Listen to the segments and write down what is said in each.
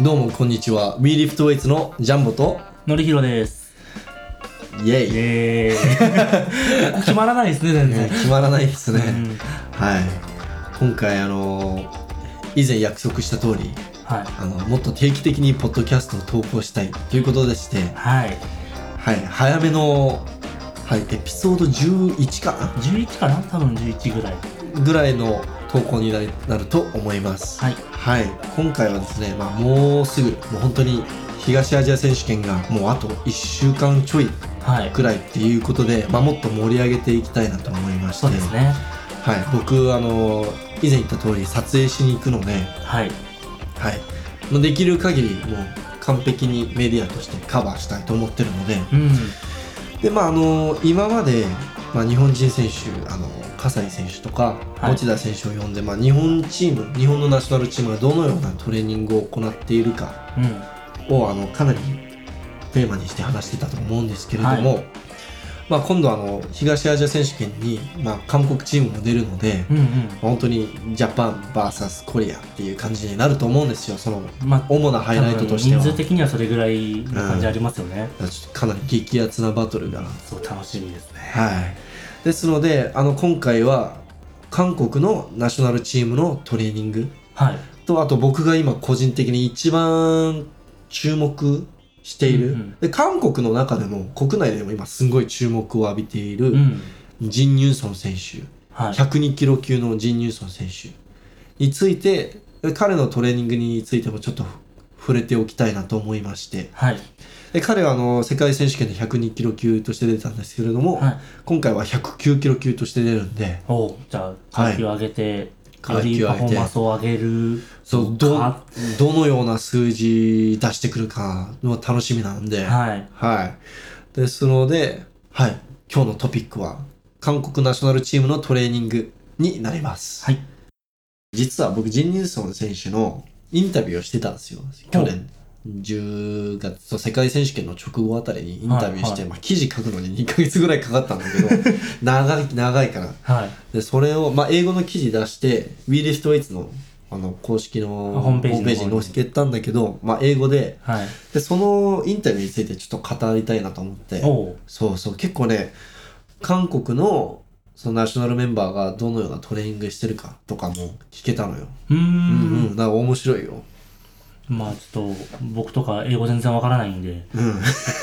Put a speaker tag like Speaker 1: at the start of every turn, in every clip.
Speaker 1: どうもこんにちは WeLiftWeights のジャンボと
Speaker 2: のりひろです。
Speaker 1: イエイ
Speaker 2: イエ ーイ決まらないですね、全
Speaker 1: ね
Speaker 2: 然。
Speaker 1: 決まらないですね、
Speaker 2: うん
Speaker 1: はい今回あのー以前約束した通り
Speaker 2: は
Speaker 1: あのもっと定期的にポッドキャストを投稿したいということでして、
Speaker 2: い。はい。
Speaker 1: はい、早めの、はい、エピソード11か
Speaker 2: 11かな多分11ぐらい。
Speaker 1: なぐらいの投稿になりなると思います
Speaker 2: はい。
Speaker 1: はい、今回はですね、まあ、もうすぐもう本当に東アジア選手権がもうあと1週間ちょい
Speaker 2: はい。
Speaker 1: くらいっていうことで、まあ、もっと盛り上げていきたいなと思いまして
Speaker 2: そうですね。
Speaker 1: はい、僕あの以前言った通り撮影しに行くので、
Speaker 2: はい。
Speaker 1: はい、もうできる限りもう完璧にメディアとしてカバーしたいと思ってるので
Speaker 2: うん。
Speaker 1: で、まあ、あの今まで、まあ、日本人選手あの葛西選手とか
Speaker 2: はい
Speaker 1: 持田選手を呼んで、まあ、日本チーム日本のナショナルチームがどのようなトレーニングを行っているか
Speaker 2: うん。
Speaker 1: をあのかなりテーマにして話してたと思うんですけれども、まあ、今度あの東アジア選手権に、まあ、韓国チームも出るので、
Speaker 2: うん
Speaker 1: まあ本当にジャパン VS コリアっていう感じになると思うんですよその
Speaker 2: うん。まあ、
Speaker 1: 主なハイライトとしては
Speaker 2: 多分人数的にはそれぐらいの感じありますよね。
Speaker 1: ちょっとかなり激アツなバトルが、
Speaker 2: そう、楽しみですね。
Speaker 1: はい、ですのであの今回は韓国のナショナルチームのトレーニング
Speaker 2: はい。
Speaker 1: とあと僕が今個人的に一番注目している、
Speaker 2: うんうん
Speaker 1: で韓国の中でも国内でも今すごい注目を浴びていうる
Speaker 2: ん。
Speaker 1: ジン・ニューソン選手
Speaker 2: はい。
Speaker 1: 102キロ級のジン・ニューソン選手についてで彼のトレーニングについてもちょっと触れておきたいなと思いまして
Speaker 2: はい。
Speaker 1: で彼はあの世界選手権で102キロ級として出たんですけれども、
Speaker 2: はい。
Speaker 1: 今回は109キロ級として出るんで
Speaker 2: おうじゃあ、階級上げて、よ
Speaker 1: 階
Speaker 2: り
Speaker 1: 級
Speaker 2: パ
Speaker 1: 上
Speaker 2: フ
Speaker 1: げ
Speaker 2: ォー
Speaker 1: て
Speaker 2: マンスを上げる。
Speaker 1: そうど
Speaker 2: か
Speaker 1: どのような数字出してくるかの楽しみなんで。
Speaker 2: はい。
Speaker 1: はい。ですので、はい。今日のトピックは、韓国ナショナルチームのトレーニングになります。
Speaker 2: はい。
Speaker 1: 実は僕、ジン・ニューソン選手のインタビューをしてたんですよ。去年。10月そう世界選手権の直後あたりにインタビューして、
Speaker 2: はいはい
Speaker 1: まあ、記事書くのに2ヶ月ぐらいかかったんだ けど長い長いから
Speaker 2: はい。
Speaker 1: でそれを、まあ、英語の記事出して「WeLiftWeights の」あの公式の
Speaker 2: ホームページの方に
Speaker 1: に載せたんだけど、まあ、英語で
Speaker 2: はい。
Speaker 1: でそのインタビューについてちょっと語りたいなと思って
Speaker 2: おう
Speaker 1: そうそう結構ね韓国のそのナショナルメンバーがどのようなトレーニングしてるかとかも聞けたのよ、
Speaker 2: うー
Speaker 1: うんんうん、だから面白いよ、
Speaker 2: まあちょっと僕とか英語全然わからないんで、
Speaker 1: うん、
Speaker 2: あ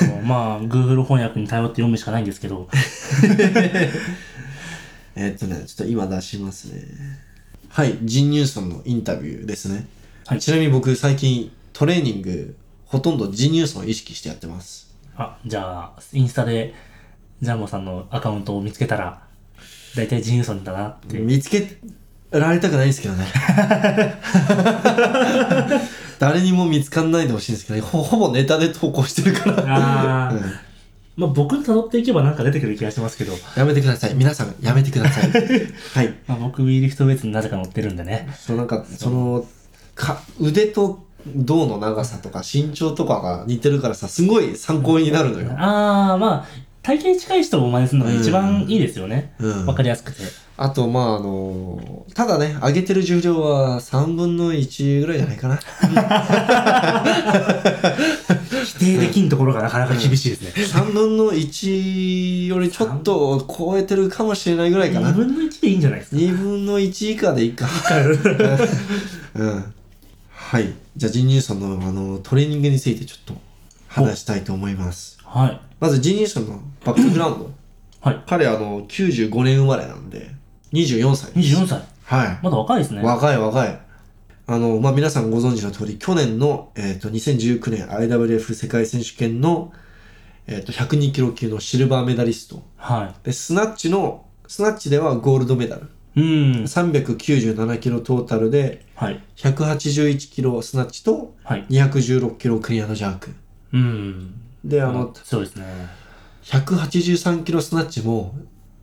Speaker 2: のまあ Google 翻訳に頼って読むしかないんですけど、
Speaker 1: えーっとねちょっと今出しますねはいジン・ニューソンのインタビューですね、
Speaker 2: はい
Speaker 1: ちなみに僕最近トレーニングほとんどジン・ニューソンを意識してやってます
Speaker 2: あ、じゃあインスタでジャンボさんのアカウントを見つけたら、大体ジンユソンだなって。
Speaker 1: 見つけられたくないんですけど ね誰にも見つかんないでほしいんですけどねほほぼネタで投稿してるから
Speaker 2: ああ、
Speaker 1: うん
Speaker 2: まあ僕に辿っていけばなんか出てくる気がしますけど、
Speaker 1: やめてください。皆さん、やめてくださ い。はい。
Speaker 2: まあ、僕 WeLift ウェイツになぜか乗ってるんでね。
Speaker 1: そのなんか、その、か、腕と胴の長さとか身長とかが似てるからさ、すごい参考になるのよ。
Speaker 2: ああ、まあ体型近い人を真似するのが一番いいですよね。
Speaker 1: うん
Speaker 2: わ、。かりやすくて。
Speaker 1: あと、まあ、あのただね、上げてる重量は3分の1ぐらいじゃないかな。
Speaker 2: 否定できんところがなかなか厳しいですね。
Speaker 1: 3分の1よりちょっと超えてるかもしれないぐらいか
Speaker 2: 2
Speaker 1: な。
Speaker 2: 分の1でいいんじゃないですか。
Speaker 1: 2分の1以下でいいか。うん。はい。じゃあ、ジンニューソンの、あの、トレーニングについてちょっと話したいと思います。
Speaker 2: はい。
Speaker 1: まずジニーソンのバックグラウンド
Speaker 2: はい。
Speaker 1: 彼あの95年生まれなんで24歳です
Speaker 2: 24歳。
Speaker 1: は
Speaker 2: まだ若いです
Speaker 1: い
Speaker 2: ね。
Speaker 1: 若い若いあのまあ皆さんご存知の通り去年の、えー、と2019年 IWF 世界選手権の、えー、と102キロ級のシルバーメダリスト
Speaker 2: は
Speaker 1: でスナッチのスナッチではゴールドメダル
Speaker 2: い。うん。
Speaker 1: 397キロトータルで
Speaker 2: はい。
Speaker 1: 181キロスナッチと
Speaker 2: はい。
Speaker 1: 216キロクリアのジャーク
Speaker 2: うん。
Speaker 1: であ
Speaker 2: あ
Speaker 1: の
Speaker 2: の、そうですね。
Speaker 1: 183キロスナッチも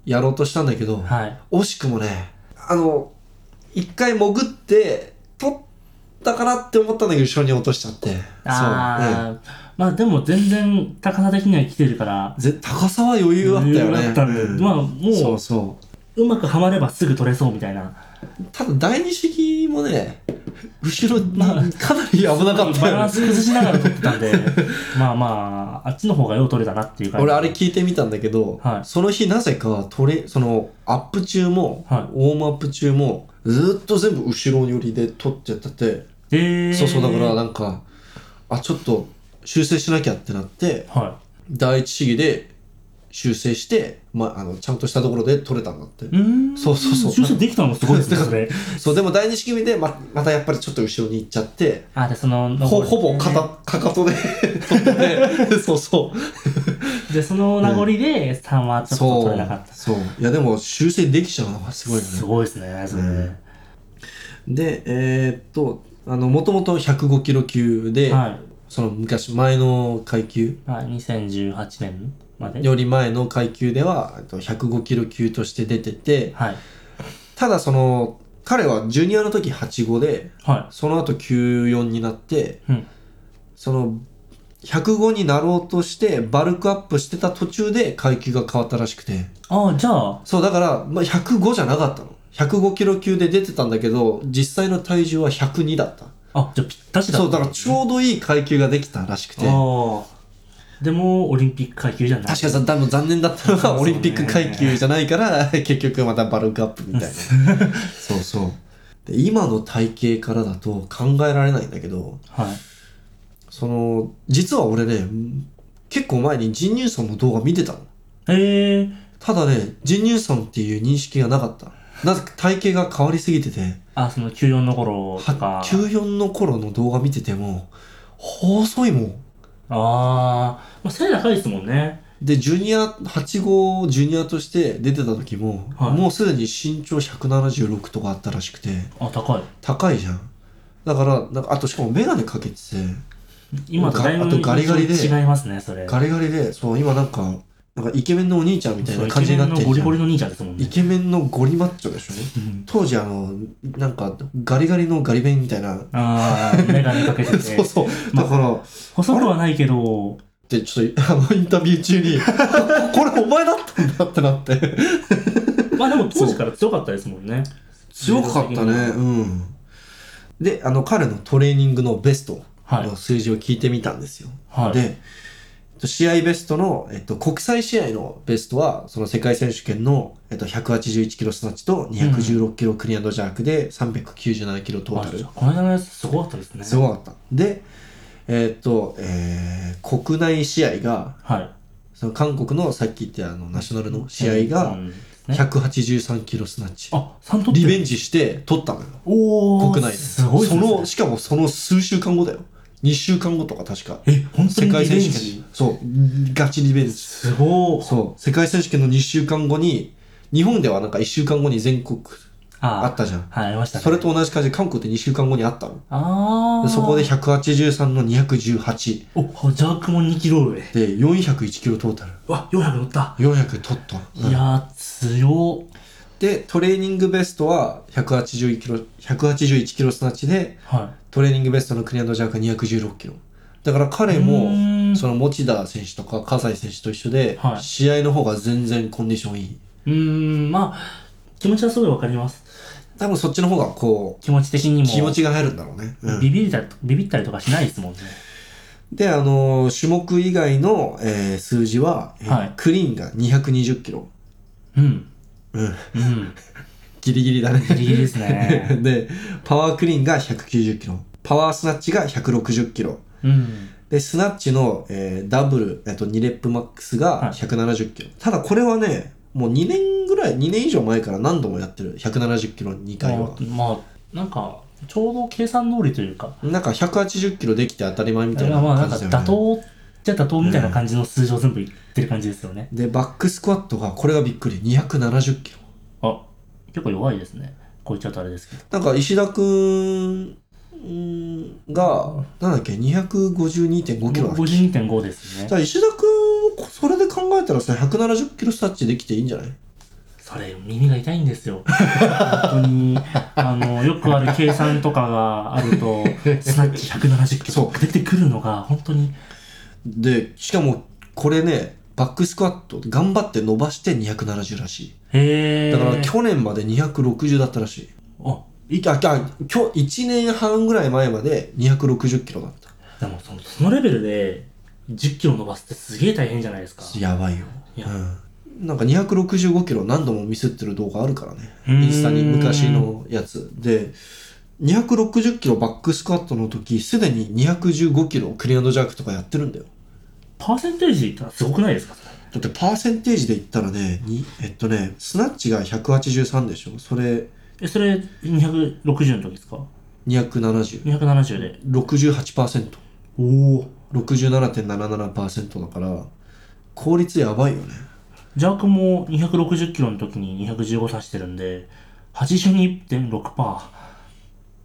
Speaker 1: やろうとしたんだけど、
Speaker 2: はい。
Speaker 1: 惜しくもねあの一回潜って取ったかなって思ったんだけど後ろに落としちゃってそう、
Speaker 2: ああ、まあでも全然高さ的には来てるから
Speaker 1: うん、ぜ高さは余裕あったよね
Speaker 2: 余裕あったんで
Speaker 1: うん
Speaker 2: まあもう
Speaker 1: そうそう
Speaker 2: うまくはまればすぐ取れそうみたいな。
Speaker 1: ただ第二試技もね、後ろにかなり危なかった
Speaker 2: バラ
Speaker 1: よ
Speaker 2: ンス崩しながら撮ってたんで、まあまあ、あっちの方がよう撮れたなっていう感じ。
Speaker 1: 俺あれ聞いてみたんだけど、
Speaker 2: はい
Speaker 1: その日なぜかトレそのアップ中も、
Speaker 2: はい
Speaker 1: ウォームアップ中もずっと全部後ろ寄りで撮っちゃってて、
Speaker 2: えー、
Speaker 1: そうそうだからなんかあちょっと修正しなきゃってなって
Speaker 2: は
Speaker 1: 第一試技で修正して、まあ、あのちゃんとしたところで撮れたんだって、
Speaker 2: い。うーん。
Speaker 1: そうそうそう
Speaker 2: 修正できたのもすごいですね、それ。
Speaker 1: そうでも第二試技でままたやっぱりちょっと後ろに行っちゃって
Speaker 2: あ、で、その、
Speaker 1: ほほぼかたかかとで撮ってて そうそう
Speaker 2: で、その名残で3はちょっと撮
Speaker 1: そ
Speaker 2: れなかっ
Speaker 1: う
Speaker 2: た。
Speaker 1: そういやでも修正できちゃうのはすごいよね
Speaker 2: すごいですね、それ。
Speaker 1: うんでえーっとあのもともと105キロ級で、
Speaker 2: はい。
Speaker 1: その昔前の階級
Speaker 2: まあ、2018年まで。
Speaker 1: より前の階級ではえっと105キロ級として出てて
Speaker 2: はい。
Speaker 1: ただその彼はジュニアの時85で
Speaker 2: は
Speaker 1: その後94になって
Speaker 2: い。うん。
Speaker 1: その105になろうとしてバルクアップしてた途中で階級が変わったらしくて
Speaker 2: ああ、じゃあ、
Speaker 1: そうだから、まあ、105じゃなかったの105キロ級で出てたんだけど実際の体重は102だった
Speaker 2: あ、じゃあぴったしだった
Speaker 1: そうだからちょうどいい階級ができたらしくて
Speaker 2: ああ。でも、オリンピック階級じゃない。
Speaker 1: 確かに多分残念だったの
Speaker 2: そう
Speaker 1: が
Speaker 2: そう
Speaker 1: オリンピック階級じゃないから結局またバルクアップみ たいなそうそうで今の体型からだと考えられないんだけど
Speaker 2: はい。
Speaker 1: その実は俺ね結構前にジン・ニューソンの動画見てたの
Speaker 2: ええー。
Speaker 1: ただねジン・ニューソンっていう認識がなかったなぜか体型が変わりすぎてて
Speaker 2: あ、その94の頃とか。
Speaker 1: 94の頃の動画見てても細いもん
Speaker 2: ああ。まあ、背高いですもんね。
Speaker 1: でジュニア8号ジュニアとして出てた時も、
Speaker 2: はい
Speaker 1: もうすでに身長176とかあったらしくて
Speaker 2: あ、高い。
Speaker 1: 高いじゃんだからなんかあとしかも眼鏡かけてて
Speaker 2: 今とだいぶ
Speaker 1: あとガリガリで
Speaker 2: 印象違いますね、それ。
Speaker 1: ガリガリでそう今なんかなんかイケメンのお兄ちゃんみたい
Speaker 2: そう
Speaker 1: な感じになって
Speaker 2: イケメンの
Speaker 1: るじゃ
Speaker 2: ゴリゴリ
Speaker 1: ん
Speaker 2: の兄ちゃんですもん
Speaker 1: イ
Speaker 2: ね。
Speaker 1: ケメンのゴリマッチョでしょ
Speaker 2: うん
Speaker 1: 当時あのなんかガリガリのガリ弁みたいな、
Speaker 2: ああ、メガネかけて て。
Speaker 1: そうそうだから、
Speaker 2: 細くはないけど、
Speaker 1: でちょっとあのインタビュー中 にこれお前だったんだってなって
Speaker 2: まあでも当時から強かったですもんね。
Speaker 1: 強かったねうんであの彼のトレーニングのベスト
Speaker 2: はい
Speaker 1: の。数字を聞いてみたんですよ、
Speaker 2: はい。
Speaker 1: でえっと試合ベストの、えっと、国際試合のベストはその世界選手権の、えっと、181キロスナッチと216キロクリアンドジャークで397キロトータル、
Speaker 2: あこの間のやつすごかったですね。
Speaker 1: すごかったでえっと、えー国内試合が
Speaker 2: はい。
Speaker 1: その韓国のさっき言ったあのナショナルの試合が、
Speaker 2: うんね、
Speaker 1: 183キロスナッチ。
Speaker 2: あ、3取って
Speaker 1: リ
Speaker 2: る
Speaker 1: ベンジして取ったのよ。
Speaker 2: おー、
Speaker 1: 国内で。
Speaker 2: すごいで
Speaker 1: そ
Speaker 2: すね。
Speaker 1: の、しかもその数週間後だよ。2週間後とか確か。
Speaker 2: え、本当
Speaker 1: 世
Speaker 2: に
Speaker 1: 界
Speaker 2: リベ
Speaker 1: 選
Speaker 2: ン
Speaker 1: 手
Speaker 2: ジ
Speaker 1: 権。そう。ガチリベンジ。
Speaker 2: すごい。
Speaker 1: そう。世界選手権の2週間後に、日本ではなんか1週間後に全国あ
Speaker 2: あ
Speaker 1: ったじゃん。
Speaker 2: はい、ありましたね。
Speaker 1: それと同じ感じで韓国って2週間後にあったの。
Speaker 2: あ
Speaker 1: で
Speaker 2: あ。
Speaker 1: そこで183の218
Speaker 2: お、ジャークも2キロ上。
Speaker 1: で401キロトータル。
Speaker 2: うわ、400乗った。
Speaker 1: 400取ったの。うん
Speaker 2: いやー、強っ。
Speaker 1: で、トレーニングベストは181キロ、181キロスナッチで、
Speaker 2: は
Speaker 1: トレーニングベストのクリアンドジャークが216キロだから彼
Speaker 2: うー
Speaker 1: も
Speaker 2: ん
Speaker 1: その持田選手とか葛西選手と一緒で、
Speaker 2: はい
Speaker 1: 試合の方が全然コンディションいい
Speaker 2: い。うーん、まあ、気持ちはすごいわかります。
Speaker 1: 多分そっちの方がこ
Speaker 2: 気持ち的に
Speaker 1: う
Speaker 2: も。
Speaker 1: 気持ちが入るんだろうね、うん
Speaker 2: ビビったりと、ビビったりとかしないですもんね。
Speaker 1: であのー種目以外の、えー数字は、えー
Speaker 2: はい
Speaker 1: クリーンが220キロ、
Speaker 2: うん。
Speaker 1: うん、
Speaker 2: うん。
Speaker 1: ギリギリだね
Speaker 2: ギリギリですね。
Speaker 1: でパワークリーンが190キロパワースナッチが160キロ
Speaker 2: うん。
Speaker 1: でスナッチの、えーダブル、えっと、2レップマックス
Speaker 2: はい
Speaker 1: が170キロ、ただこれはねもう2年ぐらい2年以上前から何度もやってる170キロ2回は
Speaker 2: まあ、まあ、なんか、ちょうど計算通りというか、
Speaker 1: なんか180キロできて当たり前みたいな
Speaker 2: まあ、なん
Speaker 1: 感
Speaker 2: か
Speaker 1: じだよね、
Speaker 2: 妥当じゃ妥当みたいな感じの数字を全部言ってる感じですよね。
Speaker 1: でバックスクワットがこれがびっくり270キロ
Speaker 2: あ、結構弱いですね。こう言っちゃうとあれですけど。
Speaker 1: なんか石田くんうんがなんだっけ252.5キロだっけ
Speaker 2: 52.5ですね
Speaker 1: だ。から石田くんをそれで考えたらさ170キロスタッチできていいんじゃない
Speaker 2: それ耳が痛いんですよ本当に あのよくある計算とかがあるとスナッチ170キ
Speaker 1: そ
Speaker 2: ロ出てくるのが本当に
Speaker 1: でしかもこれねバックスクワット頑張って伸ばして270らしい
Speaker 2: へえ
Speaker 1: だから去年まで260だったらしい
Speaker 2: あ
Speaker 1: いああ今日1年半ぐらい前まで260キロだった
Speaker 2: でもそのそのレベルで10キロ伸ばすってすげえ大変じゃないですか。
Speaker 1: やばいよ
Speaker 2: いや
Speaker 1: うん、なんか265キロ何度もミスってる動画あるからね
Speaker 2: うーん
Speaker 1: インスタに昔のやつで260キロバックスクワットの時すでに215キロクリアンドジャークとかやってるんだよ
Speaker 2: パーセンテージってのはすごくないですか
Speaker 1: だってパーセンテージで言ったらねにえっとねスナッチが183でしょそれ
Speaker 2: え、それ260の時ですか
Speaker 1: 27068%
Speaker 2: ?270 で。おお。
Speaker 1: 67.77%だから効率やばいよね
Speaker 2: ジャークも260キロの時に215刺してるんで、82.6%。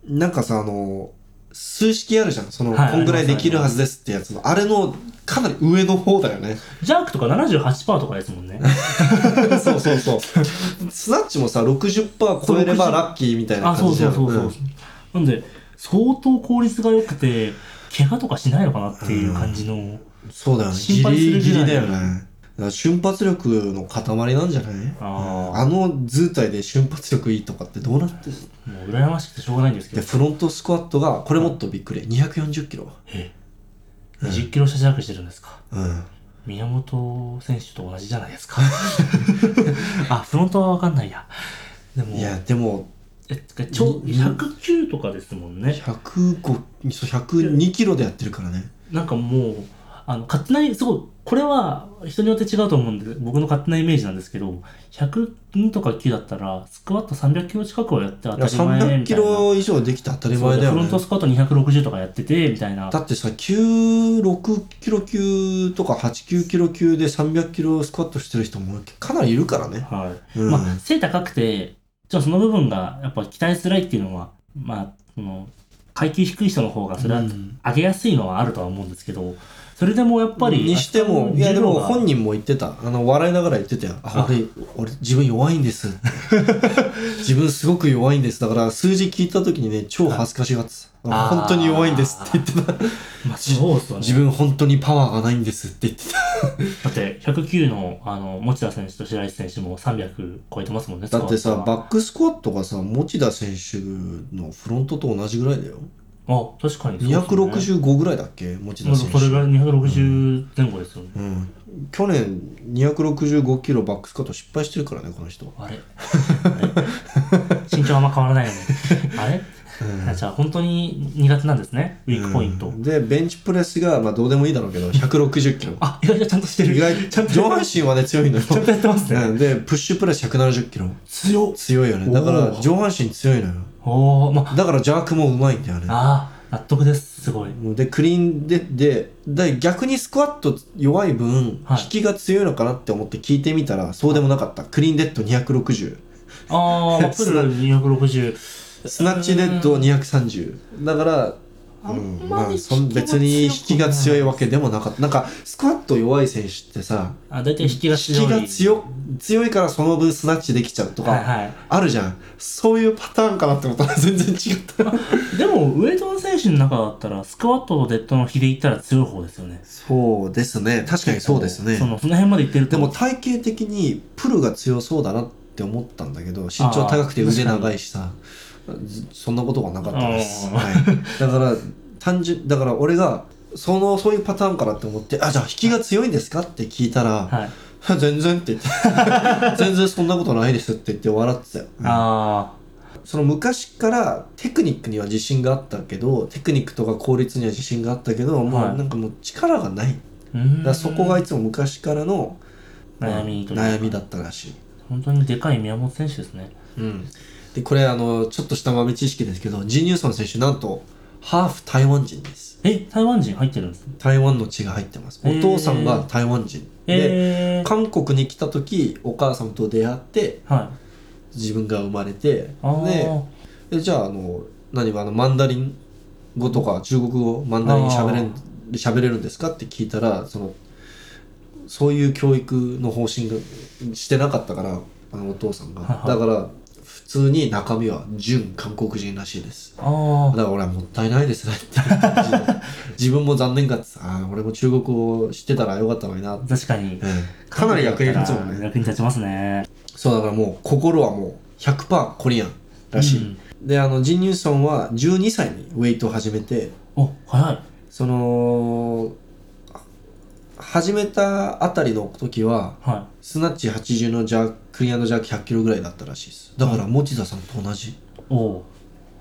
Speaker 1: なんかさあの数式あるじゃんその、
Speaker 2: はい
Speaker 1: こんぐらいできるはずですってやつのあれのかなり上の方だよ ね
Speaker 2: ジャークとか78%とかですもん ね。
Speaker 1: そうそうそう スナッチもさ60%超えれば
Speaker 2: そう60
Speaker 1: ラッキーみたいな
Speaker 2: あ、そ
Speaker 1: 感
Speaker 2: う
Speaker 1: じじ
Speaker 2: そ
Speaker 1: ゃ
Speaker 2: うんそうそう。
Speaker 1: うん
Speaker 2: なんで、相当効率が良くて、怪我とかしないのかなっていう感じの。
Speaker 1: そうだよね
Speaker 2: 心配する
Speaker 1: ギリギリだ
Speaker 2: ぐら
Speaker 1: よね
Speaker 2: い
Speaker 1: だから瞬発力の塊なんじゃない
Speaker 2: あ
Speaker 1: あの図体で瞬発力いいとかってどうなってる
Speaker 2: あ、もう羨ましくてしょうがないんですけ
Speaker 1: で
Speaker 2: ど。
Speaker 1: フロントスクワットがこれもっとびっくり240キロ
Speaker 2: ええ、20キロ下ジャークしてるんですか。
Speaker 1: うん
Speaker 2: 宮本選手と同じじゃないで すか。あ、フロントはわかんないや。でも、
Speaker 1: いやでも
Speaker 2: えてかちょ
Speaker 1: に
Speaker 2: 109とかですもんね。
Speaker 1: 105そう102キロでやってるからね
Speaker 2: なんかもう、あの、勝手な、すごい、これは人によって違うと思うんで、僕の勝手なイメージなんですけど、102とか9だったら、スクワット300キロ近くはやって当たり前みたいな。
Speaker 1: 300キロ以上できて当たり前だよ
Speaker 2: そうフロ
Speaker 1: ね
Speaker 2: ントスクワット260とかやってて、みたいな。
Speaker 1: だってさ96キロ級とか89キロ級で300キロスクワットしてる人もかなりいるからね
Speaker 2: はい。
Speaker 1: うん、
Speaker 2: まあ、背高くて、ちょっとその部分がやっぱ鍛えづらいっていうのは、まあ、その階級低い人の方がそれは
Speaker 1: うん
Speaker 2: 上げやすいのはあるとは思うんですけど、それでもやっぱり、
Speaker 1: にしてもいやでも本
Speaker 2: 人
Speaker 1: 人も言ってたあの笑いながら言ってたよあ
Speaker 2: あ
Speaker 1: 俺俺自分弱いんです 自分すごく弱いんですだから数字聞いた時にね超恥ずかしがってたあ
Speaker 2: あー
Speaker 1: 本当に弱いんですって言ってた
Speaker 2: まあ、そうっすよね。
Speaker 1: 自分本当にパワーがないんですって言って
Speaker 2: だって、109の、あの、持田選手と白石選手も300超えてますもんね、
Speaker 1: ただって
Speaker 2: ス
Speaker 1: さ
Speaker 2: コア
Speaker 1: バックスクワットがさ持田選手のフロントと同じぐらいだよ
Speaker 2: あ、確かにそうっすね
Speaker 1: 265ぐらいだっけ持田
Speaker 2: まあ
Speaker 1: 選手
Speaker 2: それが260前後ですよね。
Speaker 1: うん、去年265キロバックスカット失敗してるからねこの人は
Speaker 2: あれあれ身長あんま変わらないよね。あれ、あじゃあ本当に苦手なんですね、ウィークポイント。
Speaker 1: うんでベンチプレスが、まあ、どうでもいいだろうけど160キロ
Speaker 2: あ、意外とちゃんとしてる。
Speaker 1: 意外
Speaker 2: ちゃんと
Speaker 1: 上半身はね強いのよ
Speaker 2: ちゃんとやってますね。
Speaker 1: うんでプッシュプレス170キロ
Speaker 2: 強
Speaker 1: 強いよねだか
Speaker 2: お
Speaker 1: ら
Speaker 2: ー
Speaker 1: 上半身強いのよ
Speaker 2: おおまあ、
Speaker 1: だからジャークもうまいんだよね
Speaker 2: ああ、納得です。すごい。
Speaker 1: でクリーンででで逆にスクワット弱い分、
Speaker 2: はい
Speaker 1: 引きが強いのかなって思って聞いてみたらそうでもなかったクリーンデッド260
Speaker 2: ああ、まあ、プール260。
Speaker 1: スナッチデッド230だから
Speaker 2: あ
Speaker 1: うん
Speaker 2: ん
Speaker 1: ま
Speaker 2: ま
Speaker 1: あ
Speaker 2: り
Speaker 1: そん別に引きが強いわけでもなかったなんかスクワット弱い選手ってさ
Speaker 2: あ、大体引き
Speaker 1: 引
Speaker 2: が強い。
Speaker 1: きが強強いからその分スナッチできちゃうと
Speaker 2: はい
Speaker 1: か
Speaker 2: は
Speaker 1: あるじゃんそういうパターンかなって思ったら 全然違った
Speaker 2: い。でも、ウェイトの選手の中だったら、スクワットとデッドの比で言ったら強い方ですよね。
Speaker 1: そうですね確かにそうですね
Speaker 2: その、その辺までいってると。
Speaker 1: でも体型的にプルが強そうだなって思ったんだけど身長高くて腕長いしさずそんなことがなかったです、
Speaker 2: あー
Speaker 1: はい、だから単純だから俺がそのそういうパターンからって思って「あじゃあ引きが強いんですか?」って聞いたら
Speaker 2: はい。
Speaker 1: 「 全然」って言 って「全然そんなことないです」って言って笑ってたよ、うん
Speaker 2: あ
Speaker 1: その昔からテクニックには自信があったけどテクニックとか効率には自信があったけどもう
Speaker 2: はい
Speaker 1: なんかもう力がない
Speaker 2: あ。うーん
Speaker 1: だからそこがいつも昔からの
Speaker 2: 悩みというか
Speaker 1: 悩みだったらしい
Speaker 2: 本当にでかい宮本選手ですね。
Speaker 1: うん、でこれあのちょっとした豆知識ですけどジン・ニューソン選手なんとハーフ台湾人です
Speaker 2: え、台湾人入ってるんですね。
Speaker 1: 台湾の血が入ってますお
Speaker 2: へー
Speaker 1: 父さんが台湾人、で
Speaker 2: えー。
Speaker 1: 韓国に来た時お母さんと出会って
Speaker 2: はい。
Speaker 1: 自分が生まれて
Speaker 2: あー
Speaker 1: ででじゃああの何あのマンダリン語とか中国語マンダリン喋れん喋れるんですかって聞いたらそのそういう教育の方針がしてなかったからあのお父さんが
Speaker 2: はいは
Speaker 1: だ
Speaker 2: い
Speaker 1: から普通に中身は純韓国人らしいです
Speaker 2: あ
Speaker 1: だから俺はもったいないですねって言って自分自分も残念かってああ俺も中国語知ってたらよかったのになっ
Speaker 2: あ、
Speaker 1: て、
Speaker 2: 確か
Speaker 1: う。
Speaker 2: に
Speaker 1: んかなり役に立つもんね
Speaker 2: 役に立ちますね。
Speaker 1: そうだからもう心はもう100%コリアンらしい、
Speaker 2: うん
Speaker 1: であのジン・ニューソンは12歳にウェイトを始めて
Speaker 2: お早い
Speaker 1: そのあ始めたあたりの時は
Speaker 2: は
Speaker 1: スナッチ80のジャークリアのジャーク100キロぐらいだったらしいですだから持田さんと同じ
Speaker 2: いおお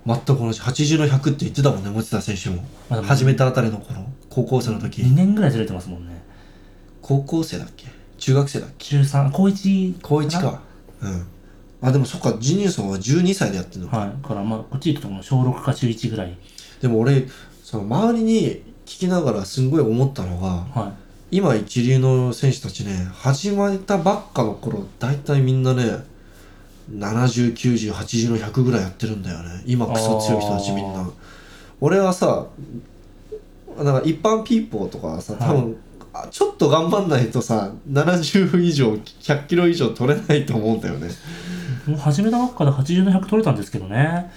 Speaker 1: 全く同じ80の100って言ってたもんね持田選手も
Speaker 2: まあでも
Speaker 1: 始めたあたりの頃高校生の時、
Speaker 2: 2年ぐらいずれてますもんね
Speaker 1: 高校生だっけ中学生だっけ
Speaker 2: 中3高1
Speaker 1: 高1かうんあでもそっかジニューソンは12歳でやってるのか、
Speaker 2: はいからまあこっち行くともう小6か中1ぐらい
Speaker 1: でも俺その周りに聞きながらすんごい思ったのが
Speaker 2: は
Speaker 1: 今一流の選手たちね始まったばっかの頃大体みんなね709080の100ぐらいやってるんだよね今クソ強い人たちみん
Speaker 2: あ
Speaker 1: な俺はさなんか一般ピーポーとかはさ多分、あちょっと頑張んないとさ70以上100キロ以上取れないと思うんだよね
Speaker 2: いもう始めたばっかで80の100取れたんですけどね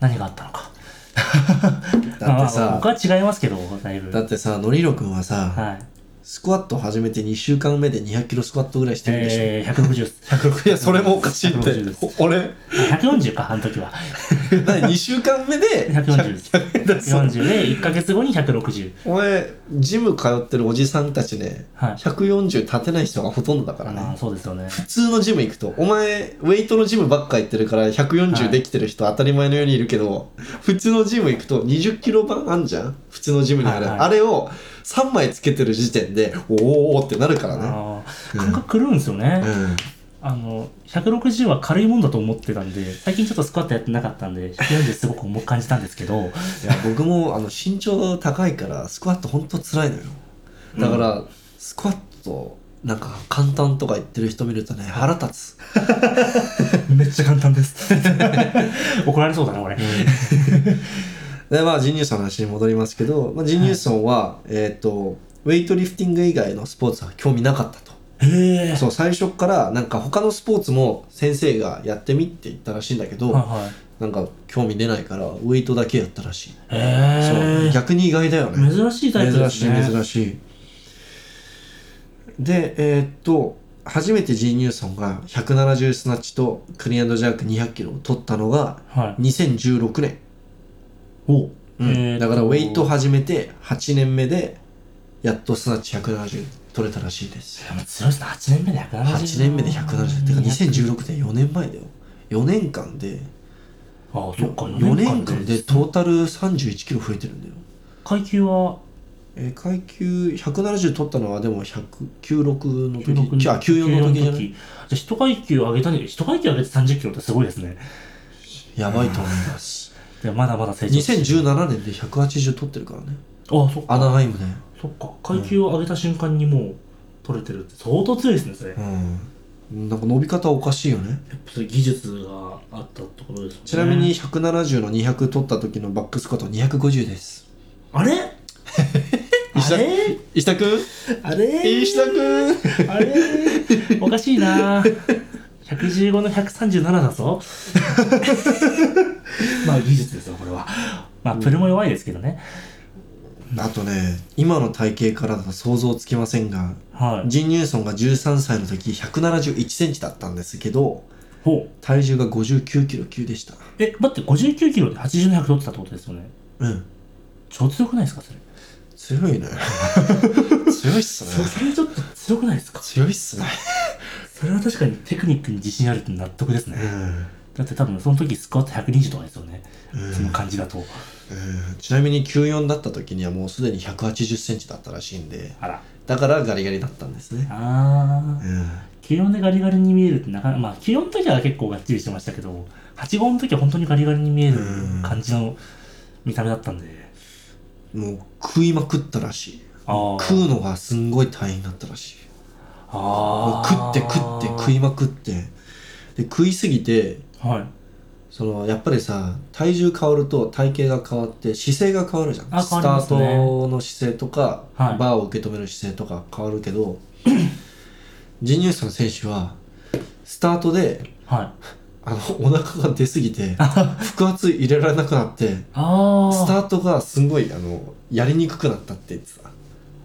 Speaker 2: 何があったのか
Speaker 1: だって
Speaker 2: まあ
Speaker 1: さ
Speaker 2: 僕は違いますけどだいぶ
Speaker 1: だってさのりろくんはさ、
Speaker 2: はい
Speaker 1: スクワット始めて2週間目で200キロスクワットぐらいしてるんでしょ、
Speaker 2: えー、160っす
Speaker 1: いやそれもおかしいっ
Speaker 2: 160で
Speaker 1: て
Speaker 2: す
Speaker 1: お俺
Speaker 2: 140かあの時は
Speaker 1: 何2週間目で
Speaker 2: 140です
Speaker 1: だ そう
Speaker 2: 140で1ヶ月後に160
Speaker 1: お前ジム通ってるおじさんたちね
Speaker 2: はい
Speaker 1: 140立てない人がほとんどだから
Speaker 2: あ
Speaker 1: ね
Speaker 2: あそうですよね
Speaker 1: 普通のジム行くとお前ウェイトのジムばっか行ってるから
Speaker 2: は
Speaker 1: 140
Speaker 2: い
Speaker 1: できてる人当たり前のようにいるけど普通のジム行くと20キロ版あんじゃん普通のジムにある、
Speaker 2: はいは
Speaker 1: あ
Speaker 2: い
Speaker 1: れを3枚つけてる時点でおーおーってなるからね
Speaker 2: あー感覚狂うんですよね、
Speaker 1: うん
Speaker 2: あの160は軽いもんだと思ってたんで最近ちょっとスクワットやってなかったんで140すごく重く感じたんですけ ど
Speaker 1: いや僕もあの身長高いからスクワットほんと辛いのよだから、スクワットなんか簡単とか言ってる人見るとね腹立つ、
Speaker 2: めっちゃ簡単です 怒られそうだなこれ、
Speaker 1: でまあジンニューソンの話に戻りますけど、まあ、ジンニューソンは、えっ、とウェイトリフティング以外のスポーツは興味なかったと
Speaker 2: へえ
Speaker 1: そう最初っからなんか他のスポーツも先生がやってみって言ったらしいんだけど、
Speaker 2: はいはい
Speaker 1: なんか興味出ないからウェイトだけやったらしい、そう
Speaker 2: へ
Speaker 1: 逆に意外だよね
Speaker 2: え珍しいタイプで
Speaker 1: 珍
Speaker 2: す
Speaker 1: し
Speaker 2: ね
Speaker 1: い珍しいでえーっと初めてジーニューソンが170スナッチとクリーンジャーク200キロを取ったのが
Speaker 2: はい
Speaker 1: 2016年、
Speaker 2: おう
Speaker 1: うん
Speaker 2: えー
Speaker 1: だからウェイトを始めて8年目でやっとスナッチ170取れたらしいです
Speaker 2: でも強いですね8年目で170
Speaker 1: 8年目で170ってか
Speaker 2: 2
Speaker 1: 2016年4年前だよ4年間で
Speaker 2: ああそっか
Speaker 1: 4年間で
Speaker 2: と
Speaker 1: トータル31キロ増えてるんだよ
Speaker 2: 階級は
Speaker 1: えー階級170取ったのはでも196の時
Speaker 2: 96
Speaker 1: 94, あ94の時じゃない
Speaker 2: じゃあ一階級上げたに一階級上げて30キロってすごいですね
Speaker 1: やばいと思います
Speaker 2: でまだまだ成長
Speaker 1: 2017年で180取ってるからね
Speaker 2: ああそっか
Speaker 1: アナハイムで
Speaker 2: そっか階級を上げた瞬間にもう取れてるって相当強いですねそれ,、
Speaker 1: うんなんか伸び方おかしいよね
Speaker 2: それ技術があったところですね
Speaker 1: ちなみに170の200取った時のバックスコットは250です
Speaker 2: あれあれ
Speaker 1: 石田君
Speaker 2: あれ
Speaker 1: 石田君
Speaker 2: あれおかしいな115の137だ ぞまあ技術ですよこれはまあプルも弱いですけどね、
Speaker 1: あとね今の体型からだと想像つきませんが
Speaker 2: はい
Speaker 1: ジン・ニューソンが13歳の時171センチだったんですけど
Speaker 2: ほう
Speaker 1: 体重が59キロ級でした
Speaker 2: え待って59キロで80の100取ってたってことですよね
Speaker 1: うん
Speaker 2: 超強くないですかそれ
Speaker 1: 強いね 強いっす
Speaker 2: そ
Speaker 1: ね
Speaker 2: それちょっと強くないですか
Speaker 1: 強いっすね
Speaker 2: それは確かにテクニックに自信あるって納得ですね
Speaker 1: ん
Speaker 2: だって多分その時スクワット120とかですよね、
Speaker 1: うん
Speaker 2: その感じだと
Speaker 1: うんちなみに94だった時にはもうすでに1 8 0ンチだったらしいんで
Speaker 2: あら
Speaker 1: だからガリガリだったんですね、
Speaker 2: あー
Speaker 1: うん、
Speaker 2: 94でガリガリに見えるってなかなかまあ94の時は結構がっちりしてましたけど85の時は本当にガリガリに見える
Speaker 1: うん
Speaker 2: 感じの見た目だったんで
Speaker 1: もう食いまくったらしい
Speaker 2: あー
Speaker 1: 食うのがすんごい大変だったらしいも
Speaker 2: あ
Speaker 1: う食って食って食いまくってで食いすぎて
Speaker 2: てはい
Speaker 1: そのやっぱりさ体重変わると体型が変わって姿勢が変わるじゃん、
Speaker 2: あ変
Speaker 1: ス
Speaker 2: わりま
Speaker 1: タ
Speaker 2: す
Speaker 1: ー
Speaker 2: ね
Speaker 1: トの姿勢とか、
Speaker 2: はい
Speaker 1: バーを受け止める姿勢とか変わるけどジンニュースの選手はスタートで
Speaker 2: はい
Speaker 1: あのお腹が出すぎ て腹圧入れられなくなって
Speaker 2: ああ
Speaker 1: スタートがすごいあのやりにくくなったって言ってた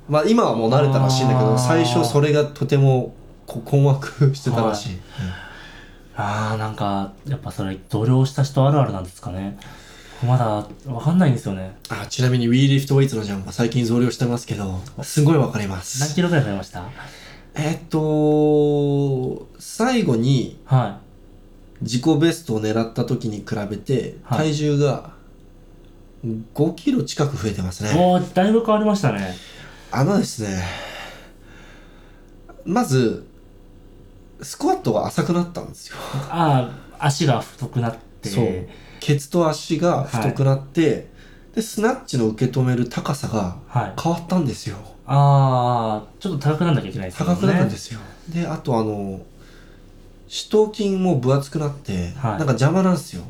Speaker 1: まあ今はもう慣れたらしいんだけ
Speaker 2: あ
Speaker 1: ど
Speaker 2: ー
Speaker 1: 最初それがとてもこう困惑してたらしい、
Speaker 2: ああ、なんか、やっぱそれ、同僚した人あるあるなんですかね。まだ、わかんないんですよね。
Speaker 1: あちなみに w e リフトウェイツのジャンプは最近増量してますけどすごいわかりま
Speaker 2: 何
Speaker 1: す
Speaker 2: キロぐらい増えました
Speaker 1: えっと最後に
Speaker 2: は
Speaker 1: 自己ベストを狙った時に比べて
Speaker 2: は
Speaker 1: 体
Speaker 2: い
Speaker 1: 重が5キロ近く増えてます
Speaker 2: い。
Speaker 1: ね、
Speaker 2: おー、だいぶ変わりましたね。
Speaker 1: あのですねまずスクワットが浅くなったんですよ
Speaker 2: ああ、足が太くなって。
Speaker 1: そうケツと足が太くなって、でスナッチの受け止める高さが
Speaker 2: はい。
Speaker 1: 変わったんですよ
Speaker 2: ああ、ちょっと高くなんなきゃいけないですよね。
Speaker 1: 高くなったんですよであとあの四頭筋も分厚くなって、
Speaker 2: は
Speaker 1: な
Speaker 2: い
Speaker 1: んか邪魔なんですよ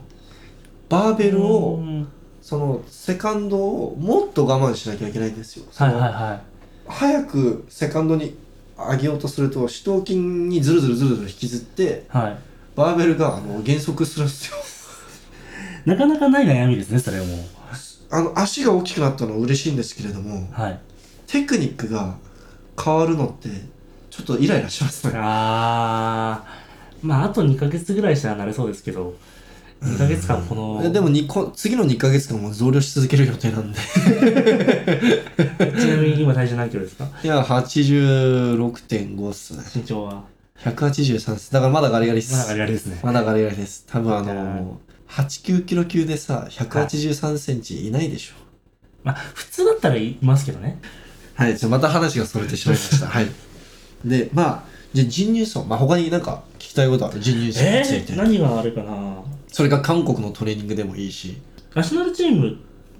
Speaker 1: バーベル
Speaker 2: う
Speaker 1: を
Speaker 2: ん
Speaker 1: そのセカンドをもっと我慢しなきゃいけないんですよ、
Speaker 2: はいはいはい。
Speaker 1: 早くセカンドに上げようとすると四頭筋にズルズルズルズル引きずって
Speaker 2: はい。
Speaker 1: バーベルがあの減速するんですよ
Speaker 2: なかなかない悩みですね、それも。
Speaker 1: あの足が大きくなったのは嬉しいんですけれども
Speaker 2: はい。
Speaker 1: テクニックが変わるのってちょっとイライラしますね
Speaker 2: あー、まあ、あと2ヶ月ぐらいしたらなれそうですけど、2ヶ月間この、
Speaker 1: えでもにこ次の2ヶ月間も増量し続ける予定なんで
Speaker 2: ちなみに今体重何キロですか
Speaker 1: いや86.5っすね
Speaker 2: 身長は。
Speaker 1: 183っすだからまだガリガリっす
Speaker 2: まだあれあれですね。
Speaker 1: まだガリガリです多分あ
Speaker 2: はい
Speaker 1: の89キロ級でさ183センチいないでしょ
Speaker 2: まあ、普通だったらいますけどね。
Speaker 1: はい、じゃあまた話がそれてしまいま した。はい。で、まあ、じゃあ人乳層、まあ他になんか聞きたいことある人乳層について、
Speaker 2: 何があるかな
Speaker 1: それが韓国のトレーニングでもいいし。
Speaker 2: ナショナルチーム、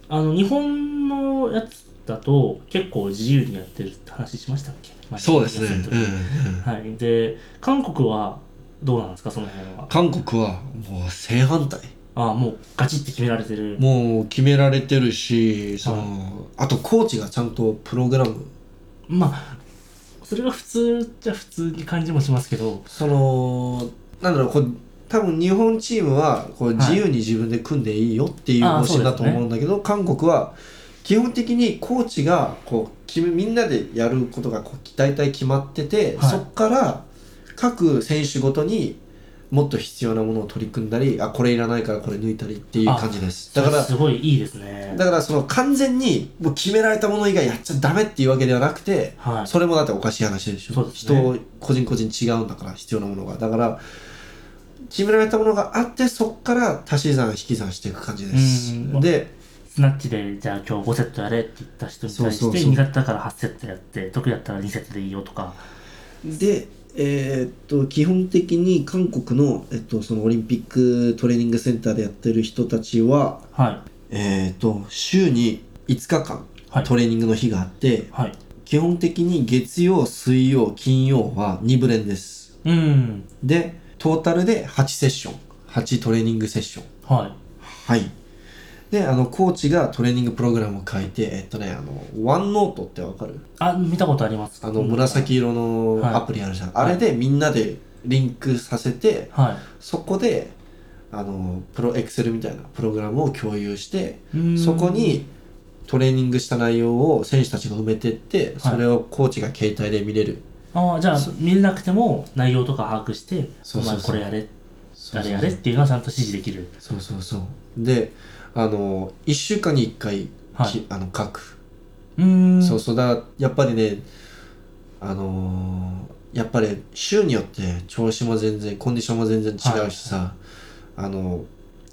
Speaker 2: あの、日本のやつだと結構自由にやってるって話しましたっけ前
Speaker 1: そうですね。
Speaker 2: の時
Speaker 1: うんうん
Speaker 2: はい。で、韓国はどうなんですか、その辺は。
Speaker 1: 韓国はもう正反対。
Speaker 2: ああ、もうガチって決められてる。
Speaker 1: もう決められてるし、その、あとコーチがちゃんとプログラム、
Speaker 2: まあ、それが普通じゃ普通に感じもしますけど、
Speaker 1: その、なんだろう、こう多分日本チームはこう
Speaker 2: い
Speaker 1: 自由に自分で組んでいいよっていう
Speaker 2: あ
Speaker 1: 方
Speaker 2: ーそう
Speaker 1: 針
Speaker 2: ですね
Speaker 1: だと思うんだけど、韓国は基本的にコーチがこう決めみんなでやることがこう大体決まってて、
Speaker 2: はい
Speaker 1: そこから各選手ごとにもっと必要なものを取り組んだりあこれいらないからこれ抜いたりっていう感じですだから
Speaker 2: すごいいいですね。
Speaker 1: だからその完全にもう決められたもの以外やっちゃダメっていうわけではなくて、
Speaker 2: はい。
Speaker 1: それもだっておかしい話でしょ
Speaker 2: そうです
Speaker 1: 人
Speaker 2: ね
Speaker 1: を個人個人違うんだから必要なものがだから決められたものがあってそこから足し算引き算していく感じです
Speaker 2: うん
Speaker 1: で
Speaker 2: スナッチで、じゃあ今日5セットやれって言った人に対
Speaker 1: そう
Speaker 2: し
Speaker 1: そう
Speaker 2: て、
Speaker 1: そう
Speaker 2: 苦手だから8セットやって、得意だったら2セットでいいよとか。
Speaker 1: でえーっと基本的に韓国の,、えっと、そのオリンピックトレーニングセンターでやってる人たちは、
Speaker 2: はい。
Speaker 1: えーっと週に5日間
Speaker 2: はい
Speaker 1: トレーニングの日があって、
Speaker 2: はい。
Speaker 1: 基本的に月曜水曜金曜は2部連です
Speaker 2: うん。
Speaker 1: でトータルで8セッション8トレーニングセッション
Speaker 2: は
Speaker 1: はい。で、あの、コーチがトレーニングプログラムを書いて、えっとね、あの、ワンノートってわかる
Speaker 2: い。あ、見たことあります。
Speaker 1: あの、紫色の
Speaker 2: はい
Speaker 1: アプリあるじゃん。
Speaker 2: はい
Speaker 1: あれでみんなでリンクさせて、
Speaker 2: は
Speaker 1: そこで、あの、プロ、エクセルみたいなプログラムを共有して、
Speaker 2: いうん。
Speaker 1: そこにトレーニングした内容を選手たちが埋めてって、それをコーチが携帯で見れる。
Speaker 2: ああじゃあ見れなくても内容とか把握して
Speaker 1: そうそうそう
Speaker 2: お前これやれ
Speaker 1: そ
Speaker 2: あ
Speaker 1: うそ
Speaker 2: れ
Speaker 1: う
Speaker 2: やれっていうのはちゃんと指示できる
Speaker 1: そうそうそう。で、あの、1週間に1回、
Speaker 2: はい
Speaker 1: きあの、書く。
Speaker 2: うーん
Speaker 1: そうそうだやっぱりねあのーやっぱり週によって調子も全然コンディションも全然違うしさ、あの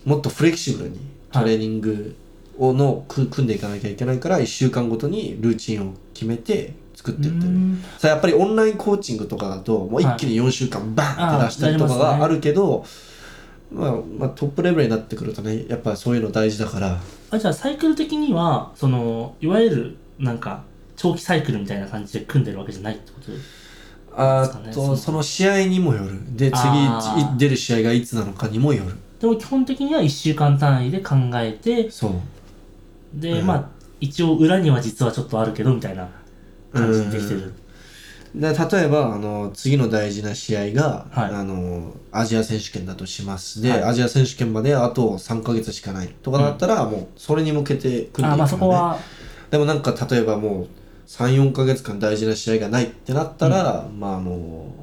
Speaker 1: もっとフレキシブルにトレーニングをの、く組んでいかなきゃいけないから1週間ごとにルーチンを決めて作っていって
Speaker 2: う
Speaker 1: る
Speaker 2: ん
Speaker 1: さあやっぱりオンラインコーチングとかだともう一気に4週間バンって出したりとか
Speaker 2: ああやります
Speaker 1: が
Speaker 2: ね
Speaker 1: あるけど、まあ、まあトップレベルになってくるとねやっぱそういうの大事だから
Speaker 2: あじゃあサイクル的にはそのいわゆるなんか長期サイクルみたいな感じで組んでるわけじゃないってこと
Speaker 1: あ
Speaker 2: ですかね
Speaker 1: と
Speaker 2: そ
Speaker 1: そ
Speaker 2: の
Speaker 1: の試合にもよるで次
Speaker 2: あー
Speaker 1: い出る試合がいつなのかにもよる
Speaker 2: でも基本的には1週間単位で考えて
Speaker 1: そう
Speaker 2: で、
Speaker 1: うん
Speaker 2: まあ一応裏には実はちょっとあるけどみたいな感じでできて
Speaker 1: う
Speaker 2: る
Speaker 1: で例えばあの次の大事な試合が、
Speaker 2: はい
Speaker 1: あのアジア選手権だとしますで、
Speaker 2: はい
Speaker 1: アジア選手権まであと3ヶ月しかないとかだったら、もうそれに向けて組んで
Speaker 2: あ
Speaker 1: いく
Speaker 2: ま
Speaker 1: の
Speaker 2: あそこは
Speaker 1: でもなんか例えばもう34ヶ月間大事な試合がないってなったら、まああの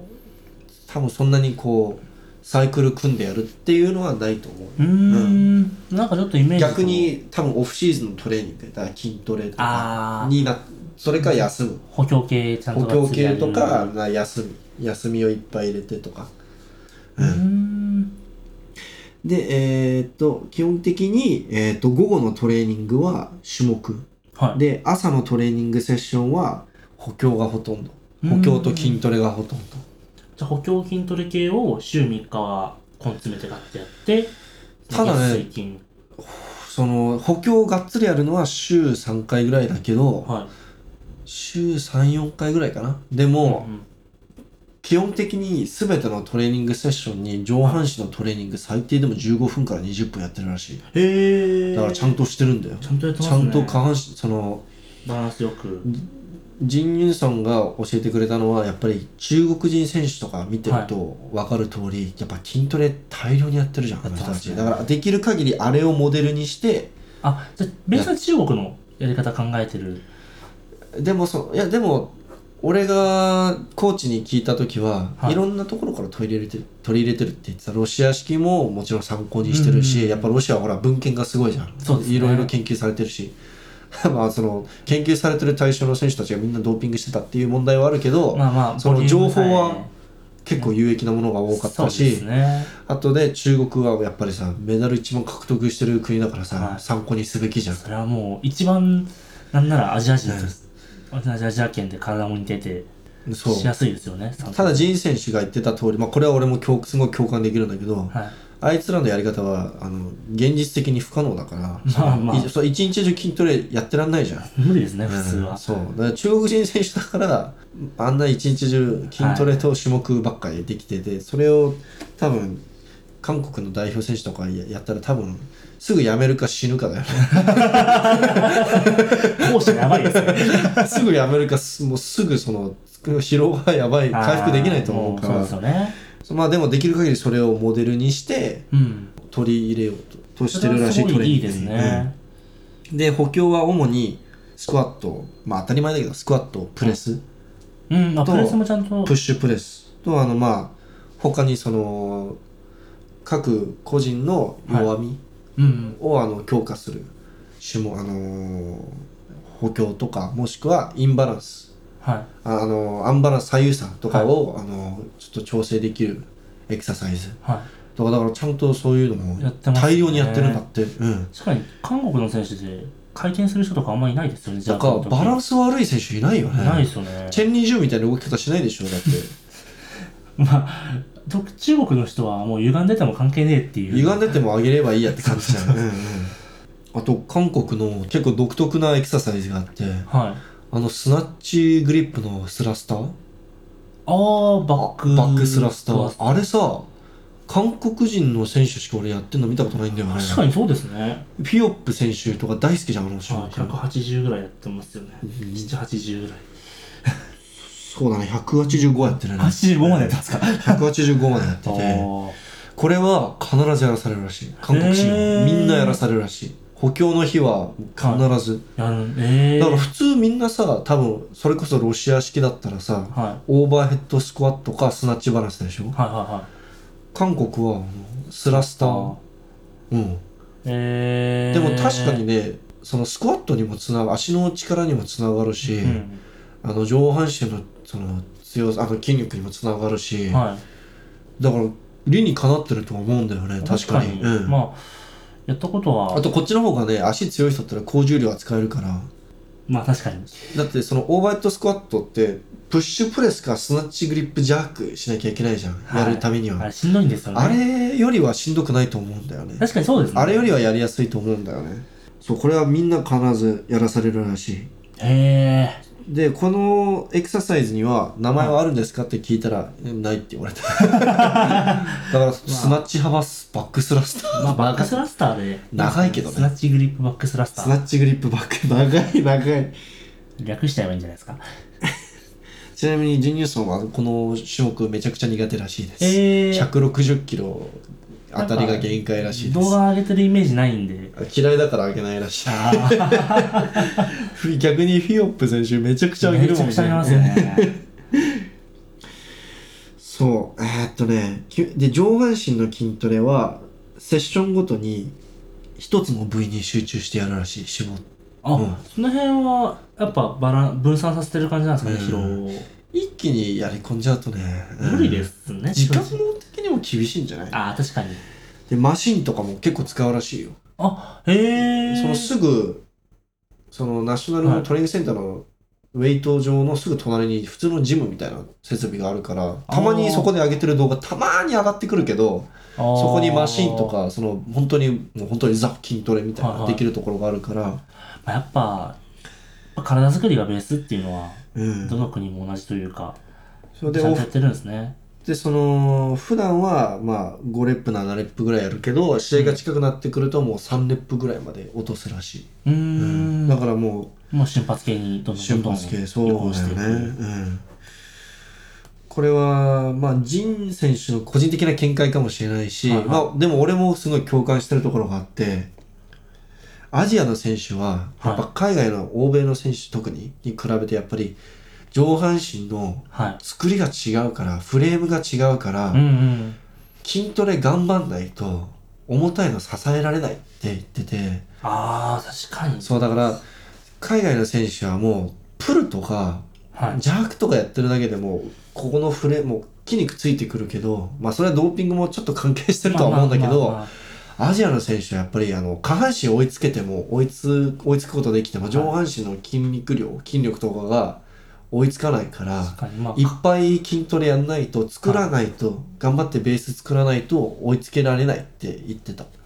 Speaker 1: 多分そんなにこうサイクル組んでやるっていうのはないと思う。
Speaker 2: うーん、なんかちょっとイメージと
Speaker 1: 逆に多分オフシーズンのトレーニングだから筋トレとか
Speaker 2: ああ
Speaker 1: になそれか休む
Speaker 2: 補強系ちゃんと
Speaker 1: 補
Speaker 2: が
Speaker 1: 強
Speaker 2: っつりや
Speaker 1: 系
Speaker 2: る
Speaker 1: とかな休み休みをいっぱい入れてとか
Speaker 2: うーん
Speaker 1: でえーっと基本的に、えーっと午後のトレーニングは種目
Speaker 2: はい
Speaker 1: で朝のトレーニングセッションは補強がほとんど補強と筋トレがほとんど
Speaker 2: じゃあ補強筋トレ系を週3日は根詰めてガッてやって
Speaker 1: ただね
Speaker 2: 月水金
Speaker 1: その補強をがっつりやるのは週3回ぐらいだけど
Speaker 2: は
Speaker 1: 週34回ぐらいかなで
Speaker 2: い
Speaker 1: も、
Speaker 2: うん
Speaker 1: 基本的に全てのトレーニングセッションに上半身のトレーニング最低でも15分から20分やってるらしい
Speaker 2: へえ
Speaker 1: だからちゃんとしてるんだよ、
Speaker 2: ちゃんとやってま
Speaker 1: ち
Speaker 2: す
Speaker 1: ゃ
Speaker 2: ね
Speaker 1: んと下半身その
Speaker 2: バランスよく
Speaker 1: ジン・ユンさんが教えてくれたのはやっぱり中国人選手とか見てると分かる通り、やっぱ筋トレ大量にやってるじゃんあ
Speaker 2: やっ
Speaker 1: の
Speaker 2: て
Speaker 1: 人
Speaker 2: ますね
Speaker 1: たち、だからできる限りあれをモデルにして
Speaker 2: あじゃあベースは中国のやり方考えてる
Speaker 1: でもそいやでも俺がコーチに聞いた時は、
Speaker 2: はい
Speaker 1: い、ろんなところから取り入れて取り入れてるって言ってたロシア式ももちろん参考にしてるし、
Speaker 2: うん
Speaker 1: やっぱロシアはほら文献がすごいじゃん
Speaker 2: そうですね
Speaker 1: いろいろ研究されてるし まあその研究されてる対象の選手たちがみんなドーピングしてたっていう問題はあるけど、
Speaker 2: まあまあ
Speaker 1: その
Speaker 2: ボリュームさえ
Speaker 1: 情報は結構有益なものが多かった
Speaker 2: そうで
Speaker 1: し、
Speaker 2: すね
Speaker 1: あとで中国はやっぱりさメダル一番獲得してる国だからさ、
Speaker 2: はい
Speaker 1: 参考にすべきじゃん。
Speaker 2: それはもう一番なんならアジア人と
Speaker 1: う
Speaker 2: アジア圏で体も似てて
Speaker 1: そう
Speaker 2: しやすいですよね
Speaker 1: ただ
Speaker 2: はい
Speaker 1: ジン選手が言ってた通り、まあ、これは俺も共すごい共感できるんだけど、あいつらのやり方はあの現実的に不可能だから、
Speaker 2: まあまあ
Speaker 1: いそう一日中筋トレやってらんないじゃん。
Speaker 2: 無理ですね普通
Speaker 1: うん
Speaker 2: は
Speaker 1: そうだから中国人選手だからあんな一日中筋トレと種目ばっかりできてて、それを多分韓国の代表選手とかややったら多分すぐ辞めるか死ぬかだ よね
Speaker 2: 講師やばいですね
Speaker 1: すぐ辞めるかすもうすぐその疲労がやばい 回復できないと思うか
Speaker 2: あーも
Speaker 1: ら
Speaker 2: うそうですよね
Speaker 1: まあでもできる限りそれをモデルにして
Speaker 2: うん
Speaker 1: 取り入れようととし
Speaker 2: そ
Speaker 1: て
Speaker 2: れ
Speaker 1: るら
Speaker 2: は
Speaker 1: しい
Speaker 2: す
Speaker 1: ト
Speaker 2: ご
Speaker 1: レーニ
Speaker 2: いい
Speaker 1: ン
Speaker 2: い
Speaker 1: グ
Speaker 2: ですね、
Speaker 1: うんで補強は主にスクワットまあ当たり前だけどスクワットプレス
Speaker 2: うんあ
Speaker 1: と
Speaker 2: プレスもちゃんと
Speaker 1: プッシュプレスとあのまあ他にその各個人の弱み
Speaker 2: うん
Speaker 1: をあの強化する種目あのー補強とかもしくはインバランス
Speaker 2: は
Speaker 1: ああのーアンバランス左右差とかを、あのーちょっと調整できるエクササイズ
Speaker 2: いは
Speaker 1: とかだからちゃんとそういうのも
Speaker 2: やってますね
Speaker 1: 大量にやってるんだってうん
Speaker 2: い確かに韓国の選手で回転する人とかあんまりいないですよねじゃ
Speaker 1: だ
Speaker 2: あ
Speaker 1: からバランス悪い選手いないよね
Speaker 2: ないですよね
Speaker 1: チェンリージュみたいな動き方しないでしょだって
Speaker 2: まあと中国の人はもう歪んでても関係ねえっていう
Speaker 1: 歪んでても上げればいいやって感じじゃ んうんうんあと韓国の結構独特なエクササイズがあって
Speaker 2: はい
Speaker 1: あのスナッチグリップのスラスター
Speaker 2: あーバック
Speaker 1: バックスラスターあれさ韓国人の選手しか俺やってんの見たことないんだよね
Speaker 2: 確かにそうですね、
Speaker 1: ピオップ選手とか大好きじゃんあの種
Speaker 2: は
Speaker 1: 目
Speaker 2: い、180ぐらいやってますよね780ぐらい
Speaker 1: そうだね185やってるね
Speaker 2: 85までやってますか
Speaker 1: 185までやって
Speaker 2: あ
Speaker 1: て
Speaker 2: ー
Speaker 1: これは必ずやらされるらしい韓国人
Speaker 2: へー
Speaker 1: はみんなやらされるらしい補強の日は必ず、
Speaker 2: やるええ
Speaker 1: だから普通みんなさ多分それこそロシア式だったらさ
Speaker 2: はい、
Speaker 1: オーバーヘッドスクワットかスナッチバランスでしょ
Speaker 2: はいはいはい
Speaker 1: 韓国はあのスラスターうん
Speaker 2: え
Speaker 1: で
Speaker 2: ー、
Speaker 1: も確かにねそのスクワットにもつなが足の力にもつながるし、
Speaker 2: うん
Speaker 1: あの上半身のその強さあの筋肉にもつながるし、
Speaker 2: は
Speaker 1: だから理にかなってると思うんだよね
Speaker 2: い、
Speaker 1: 確かにうん
Speaker 2: まあやったことは
Speaker 1: あとこっちの方がね足強い人だったら高重量扱えるから
Speaker 2: まあ確かに
Speaker 1: だってそのオーバーヘッドスクワットってプッシュプレスかスナッチグリップジャークしなきゃいけないじゃん、
Speaker 2: はい
Speaker 1: やるためには、
Speaker 2: あれしんどいんですよね
Speaker 1: あれよりはしんどくないと思うんだよね
Speaker 2: 確かにそうですね
Speaker 1: あれよ
Speaker 2: り
Speaker 1: りはやりやすいと思うんだよねそうこれはみんな必ずやらされるらしい
Speaker 2: へえ
Speaker 1: でこのエクササイズには名前はあるんですかって聞いたら「えない」って言われ ただからスナッチ幅スバックスラスター、
Speaker 2: まあバックスラスターで
Speaker 1: 長いけどね
Speaker 2: スナッチグリップバックスラスタ
Speaker 1: スナ
Speaker 2: ー
Speaker 1: ッチグリップバック長い長い
Speaker 2: 略しちゃえばいいんじゃないですか
Speaker 1: ちなみにジュニューソンはこの種目めちゃくちゃ苦手らしいです、
Speaker 2: えー
Speaker 1: 160キロあたりが限界らしいで
Speaker 2: 動
Speaker 1: す
Speaker 2: 画上げてるイメージないんで
Speaker 1: 嫌いだからあげないらしい
Speaker 2: あ あ
Speaker 1: 逆にフィオップ選手めちゃくちゃあげ
Speaker 2: め
Speaker 1: る
Speaker 2: ち
Speaker 1: も
Speaker 2: ゃ
Speaker 1: ん
Speaker 2: くちゃあげますよね
Speaker 1: そうえーっとねきゅで上半身の筋トレはセッションごとに一つの部位に集中してやるらしい脂肪
Speaker 2: あ、
Speaker 1: うん
Speaker 2: その辺はやっぱバラン分散させてる感じなんですかね、疲労
Speaker 1: う
Speaker 2: を
Speaker 1: 一気にやり込んじゃうとね、うん
Speaker 2: 無理ですね、
Speaker 1: 時間
Speaker 2: 正直
Speaker 1: も的にも厳しいんじゃない
Speaker 2: あー確かに
Speaker 1: でマシンとかも結構使うらしいよ
Speaker 2: あへえ
Speaker 1: そのすぐそのナショナルのトレーニングセンターのウェイト場のすぐ隣に普通のジムみたいな設備があるからたまにそこで上げてる動画たまーに上がってくるけど
Speaker 2: そ
Speaker 1: そこにマシンとかその本当にもう本当にザ筋トレみたい
Speaker 2: はい
Speaker 1: な
Speaker 2: はい
Speaker 1: できるところがあるから、
Speaker 2: まあ、やっぱやっぱ体作りがベースっていうのは
Speaker 1: うん
Speaker 2: どの国も同じというか、
Speaker 1: それ
Speaker 2: ち
Speaker 1: で
Speaker 2: ゃん
Speaker 1: オ
Speaker 2: とや
Speaker 1: フ
Speaker 2: ってるんですね
Speaker 1: でその普段はまあ5レップ7レップぐらいやるけど試合が近くなってくるともう3レップぐらいまで落とすらしい、
Speaker 2: うー
Speaker 1: うんだからも
Speaker 2: もう瞬発系にど
Speaker 1: うん
Speaker 2: どんどん
Speaker 1: 瞬
Speaker 2: どん
Speaker 1: 発系そう
Speaker 2: 移行
Speaker 1: だ
Speaker 2: し
Speaker 1: よ
Speaker 2: てい
Speaker 1: ね、
Speaker 2: く
Speaker 1: うん、これはまあジン選手の個人的な見解かもしれないし、
Speaker 2: はいはい
Speaker 1: まあ、でも俺もすごい共感してるところがあってアジアの選手はやっぱ海外の欧米の選手特にに比べてやっぱり上半身の
Speaker 2: はい
Speaker 1: 作りが違うからフレームが違うから、
Speaker 2: うんうん
Speaker 1: 筋トレ頑張んないと重たいの支えられないって言ってて
Speaker 2: あー確かに
Speaker 1: そうだから海外の選手はもうプルとか
Speaker 2: はい
Speaker 1: ジャークとかやってるだけでもうここのフレもう筋肉ついてくるけどまあそれはドーピングもちょっと関係してるとは思うんだけ
Speaker 2: まあまあ
Speaker 1: ど
Speaker 2: まあま
Speaker 1: アジアの選手はやっぱりあの下半身追いつけても追いつ追いつくことできても
Speaker 2: はい
Speaker 1: 上半身の筋肉量筋力とかが追いつかないから
Speaker 2: あ確かにまあ
Speaker 1: いっぱい筋トレやんないと作らないと頑張ってベース作らないと追いつけられないって言ってた
Speaker 2: あ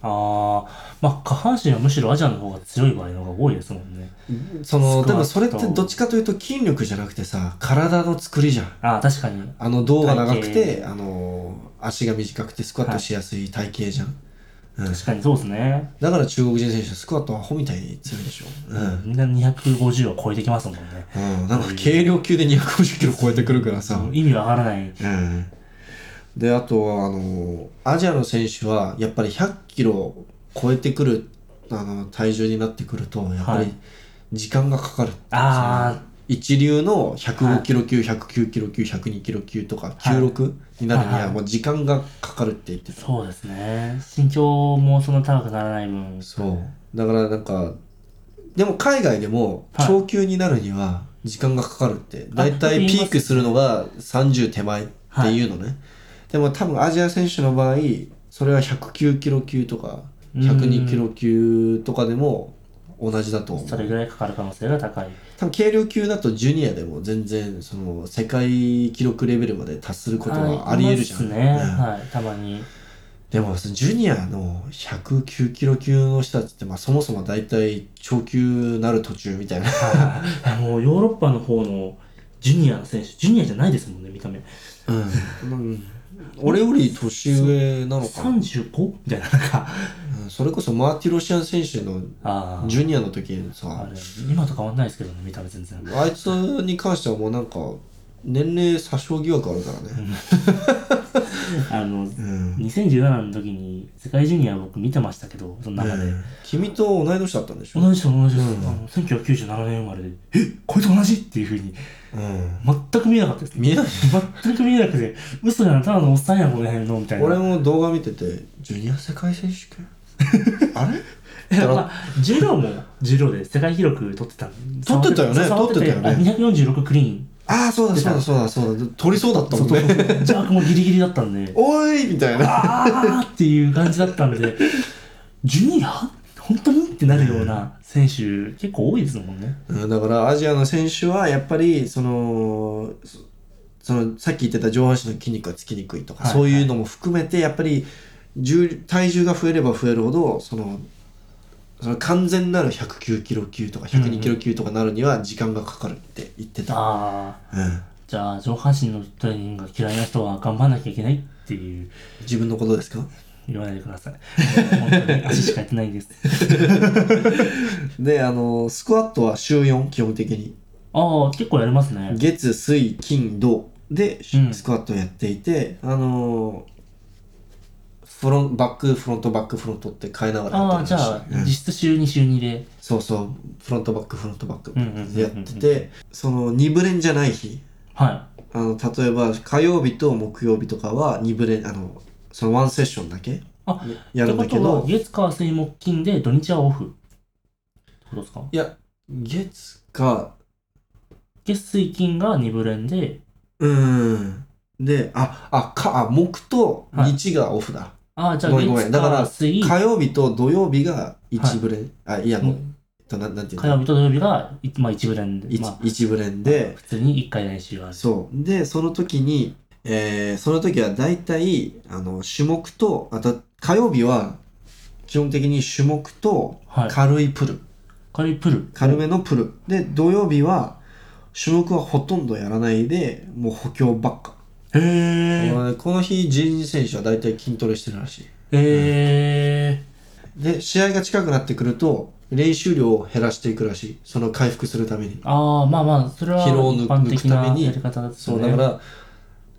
Speaker 2: あ、まあ下半身はむしろアジアの方が強い場合の方が多いですもんね。
Speaker 1: その
Speaker 2: スク
Speaker 1: で
Speaker 2: ワット
Speaker 1: もそれってどっちかというと筋力じゃなくてさ体の作りじゃん
Speaker 2: ああ、確かに。
Speaker 1: あの胴が長く
Speaker 2: 体
Speaker 1: てあの足が短くてスクワットしやすい体型じゃん、うん、
Speaker 2: 確かにそうですね。
Speaker 1: だから中国人選手はスクワットはアホみたいに強いでしょうん、
Speaker 2: みんな250を超えてきますもんね。
Speaker 1: うん、なんか軽量級で250キロ超えてくるからさ、
Speaker 2: 意味わからない。
Speaker 1: うん、であとはあのアジアの選手はやっぱり100キロ超えてくるあの体重になってくるとやっぱ
Speaker 2: は
Speaker 1: り
Speaker 2: い
Speaker 1: 時間がかかる、
Speaker 2: ああ、
Speaker 1: 一流の
Speaker 2: はい
Speaker 1: 105キロ級、109キロ級102キロ級とか
Speaker 2: はい
Speaker 1: 96になるに
Speaker 2: はいは
Speaker 1: はいもう時間がかかるって言ってた、
Speaker 2: そうですね。身長もそんな高くならない分。
Speaker 1: そうだからなんかでも海外でも
Speaker 2: はい
Speaker 1: 長級になるには時間がかかるって、
Speaker 2: あ
Speaker 1: だいたいピークするのが30手前っていうのね、でも多分アジア選手の場合それは109キロ級とか102キロ級とかでも同じだと思う
Speaker 2: それぐらいかかる可能性が高い。
Speaker 1: 多分軽量級だとジュニアでも全然その世界記録レベルまで達することはありえるじゃん、
Speaker 2: いますね。
Speaker 1: うん
Speaker 2: はい、たまに。
Speaker 1: でもそのジュニアの109キロ級の人たちって、まあ、そもそも大体超級なる途中みたいな
Speaker 2: はいもうヨーロッパの方のジュニアの選手、ジュニアじゃないですもんね、見た目。
Speaker 1: うん、俺より年上なのかな、
Speaker 2: 35? みたいな、なんか。
Speaker 1: うんそれこそマーティロシアン選手の
Speaker 2: ああ。
Speaker 1: ジュニアの時に
Speaker 2: あ
Speaker 1: さ
Speaker 2: れ今と変わんないですけどね見た目全然
Speaker 1: あいつに関してはもうなんか年齢詐称疑惑あるからね、
Speaker 2: あの
Speaker 1: うん
Speaker 2: 2017の時に世界ジュニア僕見てましたけどその中で、
Speaker 1: うん君と同い年だったんでしょ、
Speaker 2: 同じです同じです、
Speaker 1: うん
Speaker 2: あの1997年生まれでえこいつ同じっていうふうに
Speaker 1: うん、
Speaker 2: 全く見えなかったです
Speaker 1: 見えない
Speaker 2: 全く見えなくて嘘やなただのおっさんやこの辺のみたいな
Speaker 1: 俺も動画見ててジュニア世界選手権 あれ
Speaker 2: いやまあジュロもジュロで世界記録取ってたんで
Speaker 1: 取ってたよね
Speaker 2: 触
Speaker 1: 取ってたよね
Speaker 2: あ246クリーン
Speaker 1: ああそうだそうだそうだそうだ取りそうだったもんね
Speaker 2: ジャークもギリギリだったんで
Speaker 1: おいみたいな
Speaker 2: あーっていう感じだったんで、ジュニア本当にってなるような選手、結構多いですもんね。
Speaker 1: うんだからアジアの選手はやっぱりそのそそのさっき言ってた上半身の筋肉がつきにくいとか、
Speaker 2: はい
Speaker 1: そういうのも含めてやっぱり重体重が増えれば増えるほどそのその完全なる109キロ級とか102キロ級とかなるには時間がかかるって言ってた、
Speaker 2: ああ、
Speaker 1: うん
Speaker 2: じゃあ上半身のトレーニングが嫌いな人は頑張らなきゃいけないっていう、
Speaker 1: 自分のことですか
Speaker 2: 言わないでください。本当に足しかやってないです。
Speaker 1: であのスクワットは週4基本的に
Speaker 2: ああ、結構やりますね。
Speaker 1: 月水金土で
Speaker 2: うん
Speaker 1: スクワットをやっていて、あのーフロンバックフロントバックフロントって変えながらや
Speaker 2: あ
Speaker 1: っ
Speaker 2: あ、
Speaker 1: て
Speaker 2: じゃあ
Speaker 1: うん
Speaker 2: 実質週2週2で。
Speaker 1: そうそうフロントバックフロントバック
Speaker 2: うんうんうんうん
Speaker 1: やっててその二ブレンじゃない日
Speaker 2: は
Speaker 1: あの例えば火曜日と木曜日とかは2ブレあのそのワンセッションだけ
Speaker 2: あ
Speaker 1: やるんだけど
Speaker 2: ってことは、月、火、水、木、金で土日はオフ。ってことですか
Speaker 1: いや月か
Speaker 2: 月、水、金が2ブレンで、
Speaker 1: うーんでああかあ木と日がオフだ、
Speaker 2: ああ、じゃあ
Speaker 1: ごめ
Speaker 2: 月、
Speaker 1: んごめんだから
Speaker 2: 火、水、
Speaker 1: 火曜日と土曜日が1ブレ、あいや
Speaker 2: う
Speaker 1: もうんとななんていう
Speaker 2: 火曜
Speaker 1: の
Speaker 2: 日と土曜日が、いまあ、1ブレンで、
Speaker 1: 1,
Speaker 2: まあ、
Speaker 1: ブレンで
Speaker 2: 普通に1回練習がある。
Speaker 1: そうでその時に、えーその時は大体あの種目とあと火曜日は基本的に種目と
Speaker 2: はい。
Speaker 1: 軽いプル、
Speaker 2: 軽いプル。
Speaker 1: 軽めのプルで土曜日は種目はほとんどやらないでもう補強ばっか、
Speaker 2: へえ。
Speaker 1: この日人事選手は大体筋トレしてるらしい
Speaker 2: へ
Speaker 1: で試合が近くなってくると練習量を減らしていくらしいその回復するために
Speaker 2: ー。ああ、まあまあ、それは一
Speaker 1: 疲労を抜く
Speaker 2: 般的な
Speaker 1: 抜くために
Speaker 2: やり方です
Speaker 1: そ
Speaker 2: よ
Speaker 1: う
Speaker 2: ね。
Speaker 1: だから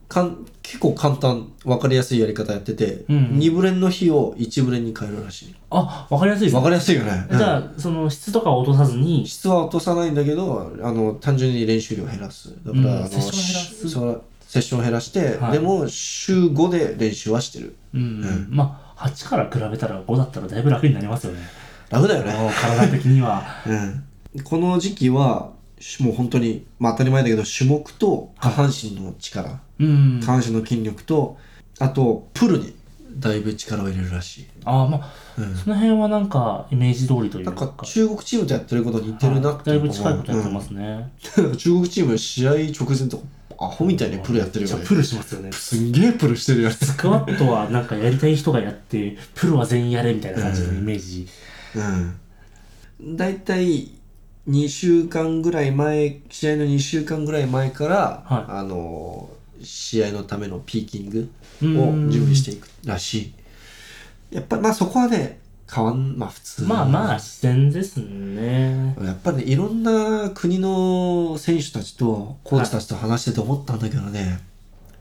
Speaker 1: かん結構簡単分かりやすいやり方やってて、
Speaker 2: うん
Speaker 1: 2ブレンの日を1ブレンに変えるらし
Speaker 2: あ、わかりやすい
Speaker 1: い
Speaker 2: です
Speaker 1: 分
Speaker 2: ね。
Speaker 1: かりやすいよね、
Speaker 2: じ
Speaker 1: うん
Speaker 2: ゃあ、その質とかを落とさずに、
Speaker 1: 質は落とさないんだけどあの単純に練習量を減らすだから、
Speaker 2: うん
Speaker 1: あの
Speaker 2: セッションを減らす
Speaker 1: しそうセッションを減らして、
Speaker 2: はい
Speaker 1: でも週5で練習はしてる
Speaker 2: うん、
Speaker 1: ん
Speaker 2: まあ、8から比べたら5だったらだいぶ楽になりますよね。
Speaker 1: 楽だよね、
Speaker 2: もう体的には。
Speaker 1: うん、この時期はしもう本当に、まあ、当たり前だけど種目と下半身の力、
Speaker 2: うん。
Speaker 1: 下半身の筋力とあとプルにだいぶ力を入れるらしい、
Speaker 2: ああ、まあ、
Speaker 1: うん
Speaker 2: その辺はなんか、イメージ通りという
Speaker 1: な
Speaker 2: か。
Speaker 1: んか中国チームとやってること似てるなって
Speaker 2: だい
Speaker 1: 思う
Speaker 2: ぶ近いことやってますね。
Speaker 1: うん中国チーム試合直前とかアホみたいにプルやってるよ
Speaker 2: め
Speaker 1: ね
Speaker 2: っちゃプルしますよね。
Speaker 1: すんげえプルしてるやつ
Speaker 2: スクワットはなんかやりたい人がやって、プルは全員やれみたいな感じのイメージ。
Speaker 1: うん大体2週間ぐらい前試合の2週間ぐらい前から、
Speaker 2: はい
Speaker 1: あの試合のためのピーキング
Speaker 2: うん
Speaker 1: を準備していくらしいやっぱりまあそこはね変わんまあ普通
Speaker 2: まあまあ、自然ですね。
Speaker 1: やっぱりねいろんな国の選手たちとコーチたちと話してて思ったんだけどね、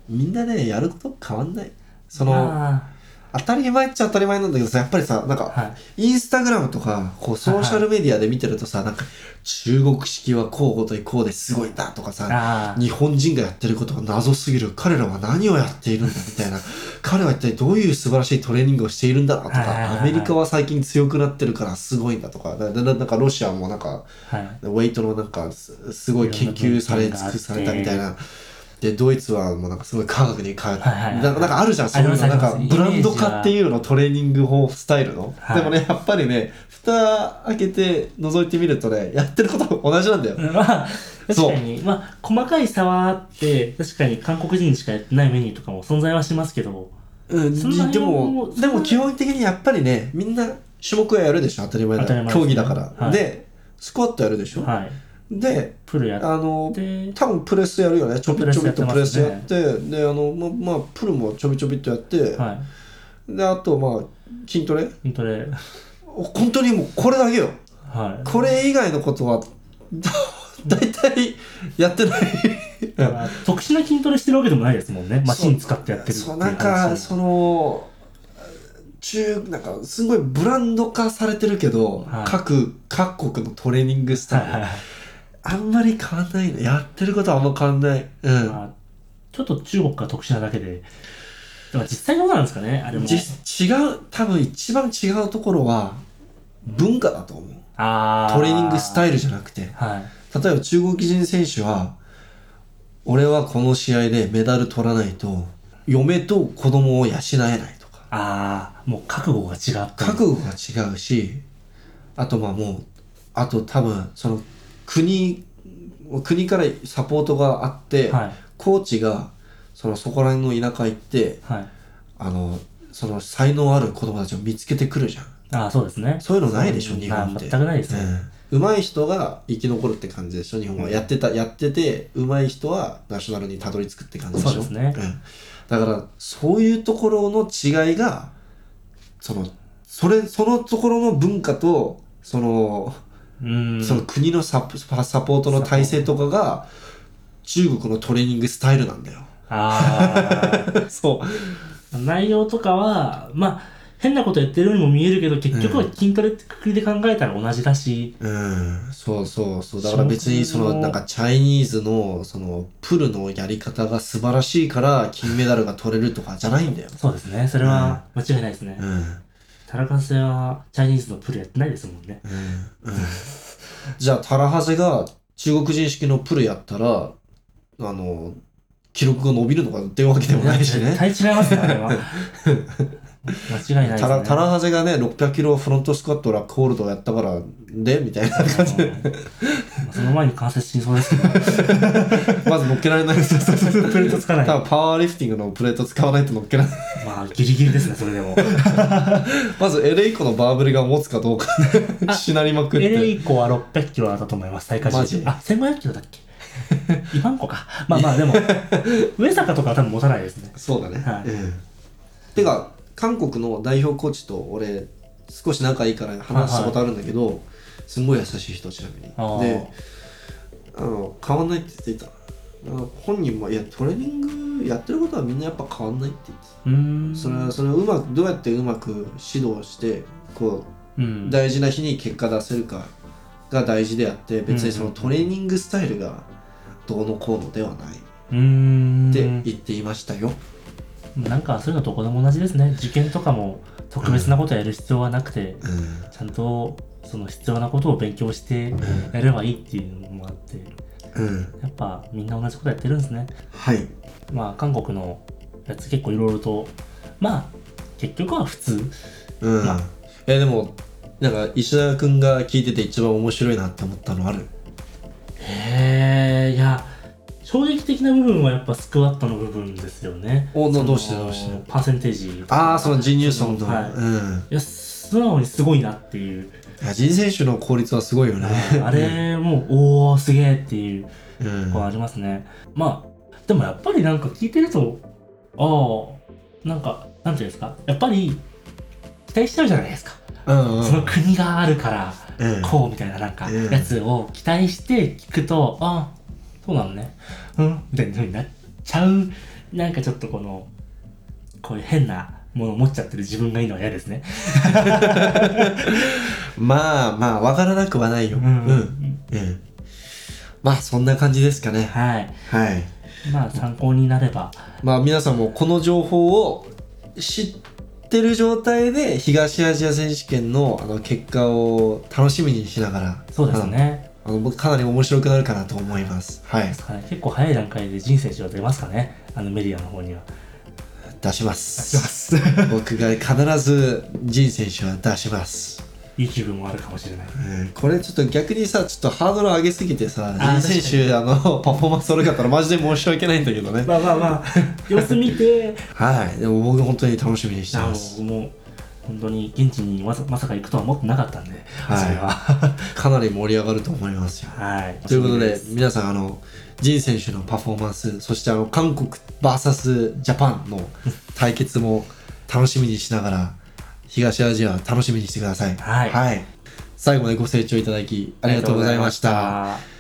Speaker 1: みんなねやること変わんないその、
Speaker 2: ま
Speaker 1: 当たり前っちゃ当たり前なんだけどさやっぱりさなん
Speaker 2: あ、
Speaker 1: か
Speaker 2: はい。
Speaker 1: インスタグラムとかこうソーシャルメディアで見てるとさ、なんか中国式はこうごとにこうですごいんだとかさ
Speaker 2: あ
Speaker 1: 日本人がやってることが謎すぎる彼らは何をやっているんだみたいな 彼は一体どういう素晴らしいトレーニングをしているんだろうと
Speaker 2: はいはいはい
Speaker 1: か
Speaker 2: は
Speaker 1: ア
Speaker 2: い
Speaker 1: メリカは最近強くなってるからすごいんだとかだだだなんかロシアもなんか
Speaker 2: あ、はい。
Speaker 1: ウェイトのなんかすすごい研究され
Speaker 2: いろん
Speaker 1: 尽
Speaker 2: な文化があって
Speaker 1: くされたみたいな。でドイツはもうなんかすごい科学に変えた、
Speaker 2: はいはいはい
Speaker 1: ななんかあるじゃんそういうの
Speaker 2: ありま
Speaker 1: な
Speaker 2: す
Speaker 1: ん
Speaker 2: あ
Speaker 1: か
Speaker 2: りま
Speaker 1: ブ
Speaker 2: す
Speaker 1: ランド化っていうのトレーニング法スタイルの、
Speaker 2: はい
Speaker 1: でもねやっぱりね蓋開けて覗いてみるとねやってること同じなんだよ、
Speaker 2: まあ、確
Speaker 1: そう
Speaker 2: かに、まあ、細かい差はあって、確かに韓国人しかやってないメニューとかも存在はしますけど、
Speaker 1: うん、
Speaker 2: そんな
Speaker 1: で
Speaker 2: にも
Speaker 1: も
Speaker 2: う
Speaker 1: でも基本的にやっぱりねみんな種目はやるでしょ当たり前だ
Speaker 2: 当たり前ですね
Speaker 1: 競技だから、
Speaker 2: はい
Speaker 1: でスクワットやるでしょ、
Speaker 2: はい。
Speaker 1: で
Speaker 2: プルやっ
Speaker 1: あの
Speaker 2: て、
Speaker 1: 多分プレスやるよねちょびちょびっとプ
Speaker 2: プ
Speaker 1: レ
Speaker 2: レ
Speaker 1: ス
Speaker 2: ス
Speaker 1: や
Speaker 2: や
Speaker 1: っ
Speaker 2: って
Speaker 1: であのままあプルもちょびちょびっとやって、
Speaker 2: は
Speaker 1: であとまあ筋トレ
Speaker 2: い。筋トレ、
Speaker 1: 本当にもうこれだけよ
Speaker 2: はい。
Speaker 1: これ以外のことはだ大体やってない
Speaker 2: だから特殊な筋トレしてるわけでもないですもんね。マシン使ってやってるっていう
Speaker 1: そう
Speaker 2: 話
Speaker 1: なんかその中なんかすごいブランド化されてるけど、
Speaker 2: はい
Speaker 1: 各各国のトレーニングス
Speaker 2: はい
Speaker 1: タイル、
Speaker 2: はいはい
Speaker 1: あんまり変わんないのやってることはあんま変わんないうん、
Speaker 2: まあちょっと中国が特殊なだけで、だから実際どうなんですかね、あれも。
Speaker 1: じ違う多分一番違うところは文化だと思う
Speaker 2: あ
Speaker 1: トレーニングスタ
Speaker 2: イ
Speaker 1: イルじゃなくて
Speaker 2: ル。はい。
Speaker 1: 例えば中国人選手は俺はこの試合でメダル取らないと嫁と子供を養えないとか
Speaker 2: ああ、もう覚悟が違った。
Speaker 1: 覚悟が違うしあとまあもうあと多分その国国からサポートがあって、
Speaker 2: はい。
Speaker 1: コーチがそのそこら辺の田舎行って
Speaker 2: はい。
Speaker 1: あのその才能ある子供たちを見つけてくるじゃん
Speaker 2: ああ、そうですね。
Speaker 1: そういうのないでしょ
Speaker 2: うん
Speaker 1: 日本って
Speaker 2: まあ全くないですね。
Speaker 1: うん、上手い人が生き残るって感じでしょ日本は、
Speaker 2: うん
Speaker 1: やってたやってて上手い人はナショナルにたどり着くって感じでしょ
Speaker 2: そうですね
Speaker 1: ん、だからそういうところの違いがそのそれそのところの文化とその,、
Speaker 2: うん。
Speaker 1: その国のサポサポートの体制とかが中国のトレーニングスタイル なんだよ
Speaker 2: ああ。
Speaker 1: そう
Speaker 2: 内容とかは、まあ、変なことやってるようにも見えるけど、結局は筋トレってくくりで考えたら同じだし、
Speaker 1: うん、そうそうそう。だから別にその、なんかチャイニーズの、その、プルのやり方が素晴らしいから、金メダルが取れるとかじゃないんだよ。
Speaker 2: そうですね。それは間違いないですね。
Speaker 1: うん。
Speaker 2: タラカセはチャイニーズのプルやってないですもんね。
Speaker 1: うんじゃあ、タラハゼが中国人式のプルやったら、あの、記録が伸びるのかっていうわけでもない し
Speaker 2: 絶
Speaker 1: ね。
Speaker 2: 対違いますね、あれは。間違いないですね。
Speaker 1: タラタラハゼがね、600キロフロントスクワットラックホールドをやったから、でみたいな感じで、
Speaker 2: うんその前に関節死にそうですけど、
Speaker 1: まず乗っけられないですよ。
Speaker 2: プレートつかない。
Speaker 1: 多分パワーリフティングのプレート使わないと乗っけられない。
Speaker 2: まあ、ギリギリですね、それでも。
Speaker 1: まずエレイコのバーブルが持つかどうか
Speaker 2: あ、
Speaker 1: しなりまくっ
Speaker 2: エレ
Speaker 1: て。
Speaker 2: イコは600キロだったと思います、大会
Speaker 1: マ
Speaker 2: 時
Speaker 1: ジ
Speaker 2: 点で。あ、1500キロだっけ ?2 万個か。まあまあ、でも、上坂とかは多分持たないですね。
Speaker 1: そうだね。
Speaker 2: はい
Speaker 1: うんてか、韓国の代表コーチと俺、少し仲いいから話したことあるんだけど、すんごい優しい人、ちなみに。
Speaker 2: あー
Speaker 1: で、あの変わんないって言ってた。あの本人も、いや、トレーニングやってることはみんなやっぱ変わんないって言ってた。
Speaker 2: うーん。
Speaker 1: それは、それをうまく、どうやってうまく指導して、こう、
Speaker 2: うん。
Speaker 1: 大事な日に結果出せるかが大事であって別にそのトレーニングスタイルがどうのこうのではないう
Speaker 2: ーん。
Speaker 1: って言っていましたよ、
Speaker 2: なんか、そういうのどこでも同じですね。受験とかも、特別なことやる必要はなくて、
Speaker 1: うん
Speaker 2: ちゃんと、その必要なことを勉強してやればいいっていうのもあって、
Speaker 1: うん、
Speaker 2: やっぱみんな同じことやってるんですね。
Speaker 1: はい
Speaker 2: まあ、韓国のやつ結構いろいろと、まあ、結局は普通。
Speaker 1: うん、
Speaker 2: まあ
Speaker 1: えでもなんか石田君が聞いてて一番面白いなって思ったのある
Speaker 2: へえ、いや、衝撃的な部分はやっぱスクワットの部分ですよね。
Speaker 1: おな
Speaker 2: その
Speaker 1: どうしてどうして
Speaker 2: パーセンテージ。
Speaker 1: ああそのジン・ニューソンの、
Speaker 2: はい
Speaker 1: うん
Speaker 2: いや、素直にすごいなっていう。
Speaker 1: いやジン選手の効率はすごいよね
Speaker 2: あれ、もう、おおすげえっていう
Speaker 1: うん
Speaker 2: のはありますね。まあ、でもやっぱりなんか聞いてると、ああ、なんか、なんていうんですか、やっぱり、期待しちゃうじゃないですか。
Speaker 1: うんうん
Speaker 2: その国があるから。
Speaker 1: うん
Speaker 2: こうみたいななんか
Speaker 1: うん
Speaker 2: やつを期待して聞くと、あそうなのねうんみたいな風になっちゃうなんかちょっとこのこういう変なものを持っちゃってる自分がいいのは嫌ですね。
Speaker 1: まあまあわからなくはないようん、うんまあそんな感じですかね
Speaker 2: はい。
Speaker 1: はい
Speaker 2: まあ参考になれば。
Speaker 1: まあ皆さんもこの情報を知ってる状態で東アジア選手権のあの結果を楽しみにしながら
Speaker 2: そうですね。
Speaker 1: あの僕かなり面白くなるかなと思いますはい
Speaker 2: はい結構早い段階で人生は出ますかね。あのメディアの方には。
Speaker 1: 出します 僕が必ず仁選手は出します、
Speaker 2: いい気分もあるかもしれない。
Speaker 1: うんこれちょっと逆にさちょっとハードル上げすぎてさ
Speaker 2: あー
Speaker 1: 仁選手あのパフォーマンス悪かったらマジで申し訳ないんだけどね
Speaker 2: まあまあまあ、様子見 て、
Speaker 1: はいでも僕本当に楽しみにして
Speaker 2: あ
Speaker 1: ます
Speaker 2: のもう本当に現地にまさまさか行くとは思ってなかったんで、
Speaker 1: い
Speaker 2: それは。
Speaker 1: かなり盛り上がると思いますよ
Speaker 2: はい。
Speaker 1: ということで、
Speaker 2: す
Speaker 1: 皆さん、あの、ジン選手のパフォーマンス、そしてあの、韓国 VS ジャパ ンの対決も楽しみにしながら、東アジア楽しみにしてください。
Speaker 2: はい
Speaker 1: 最後までご清聴いただきありがとうございました。
Speaker 2: ありがとうございました。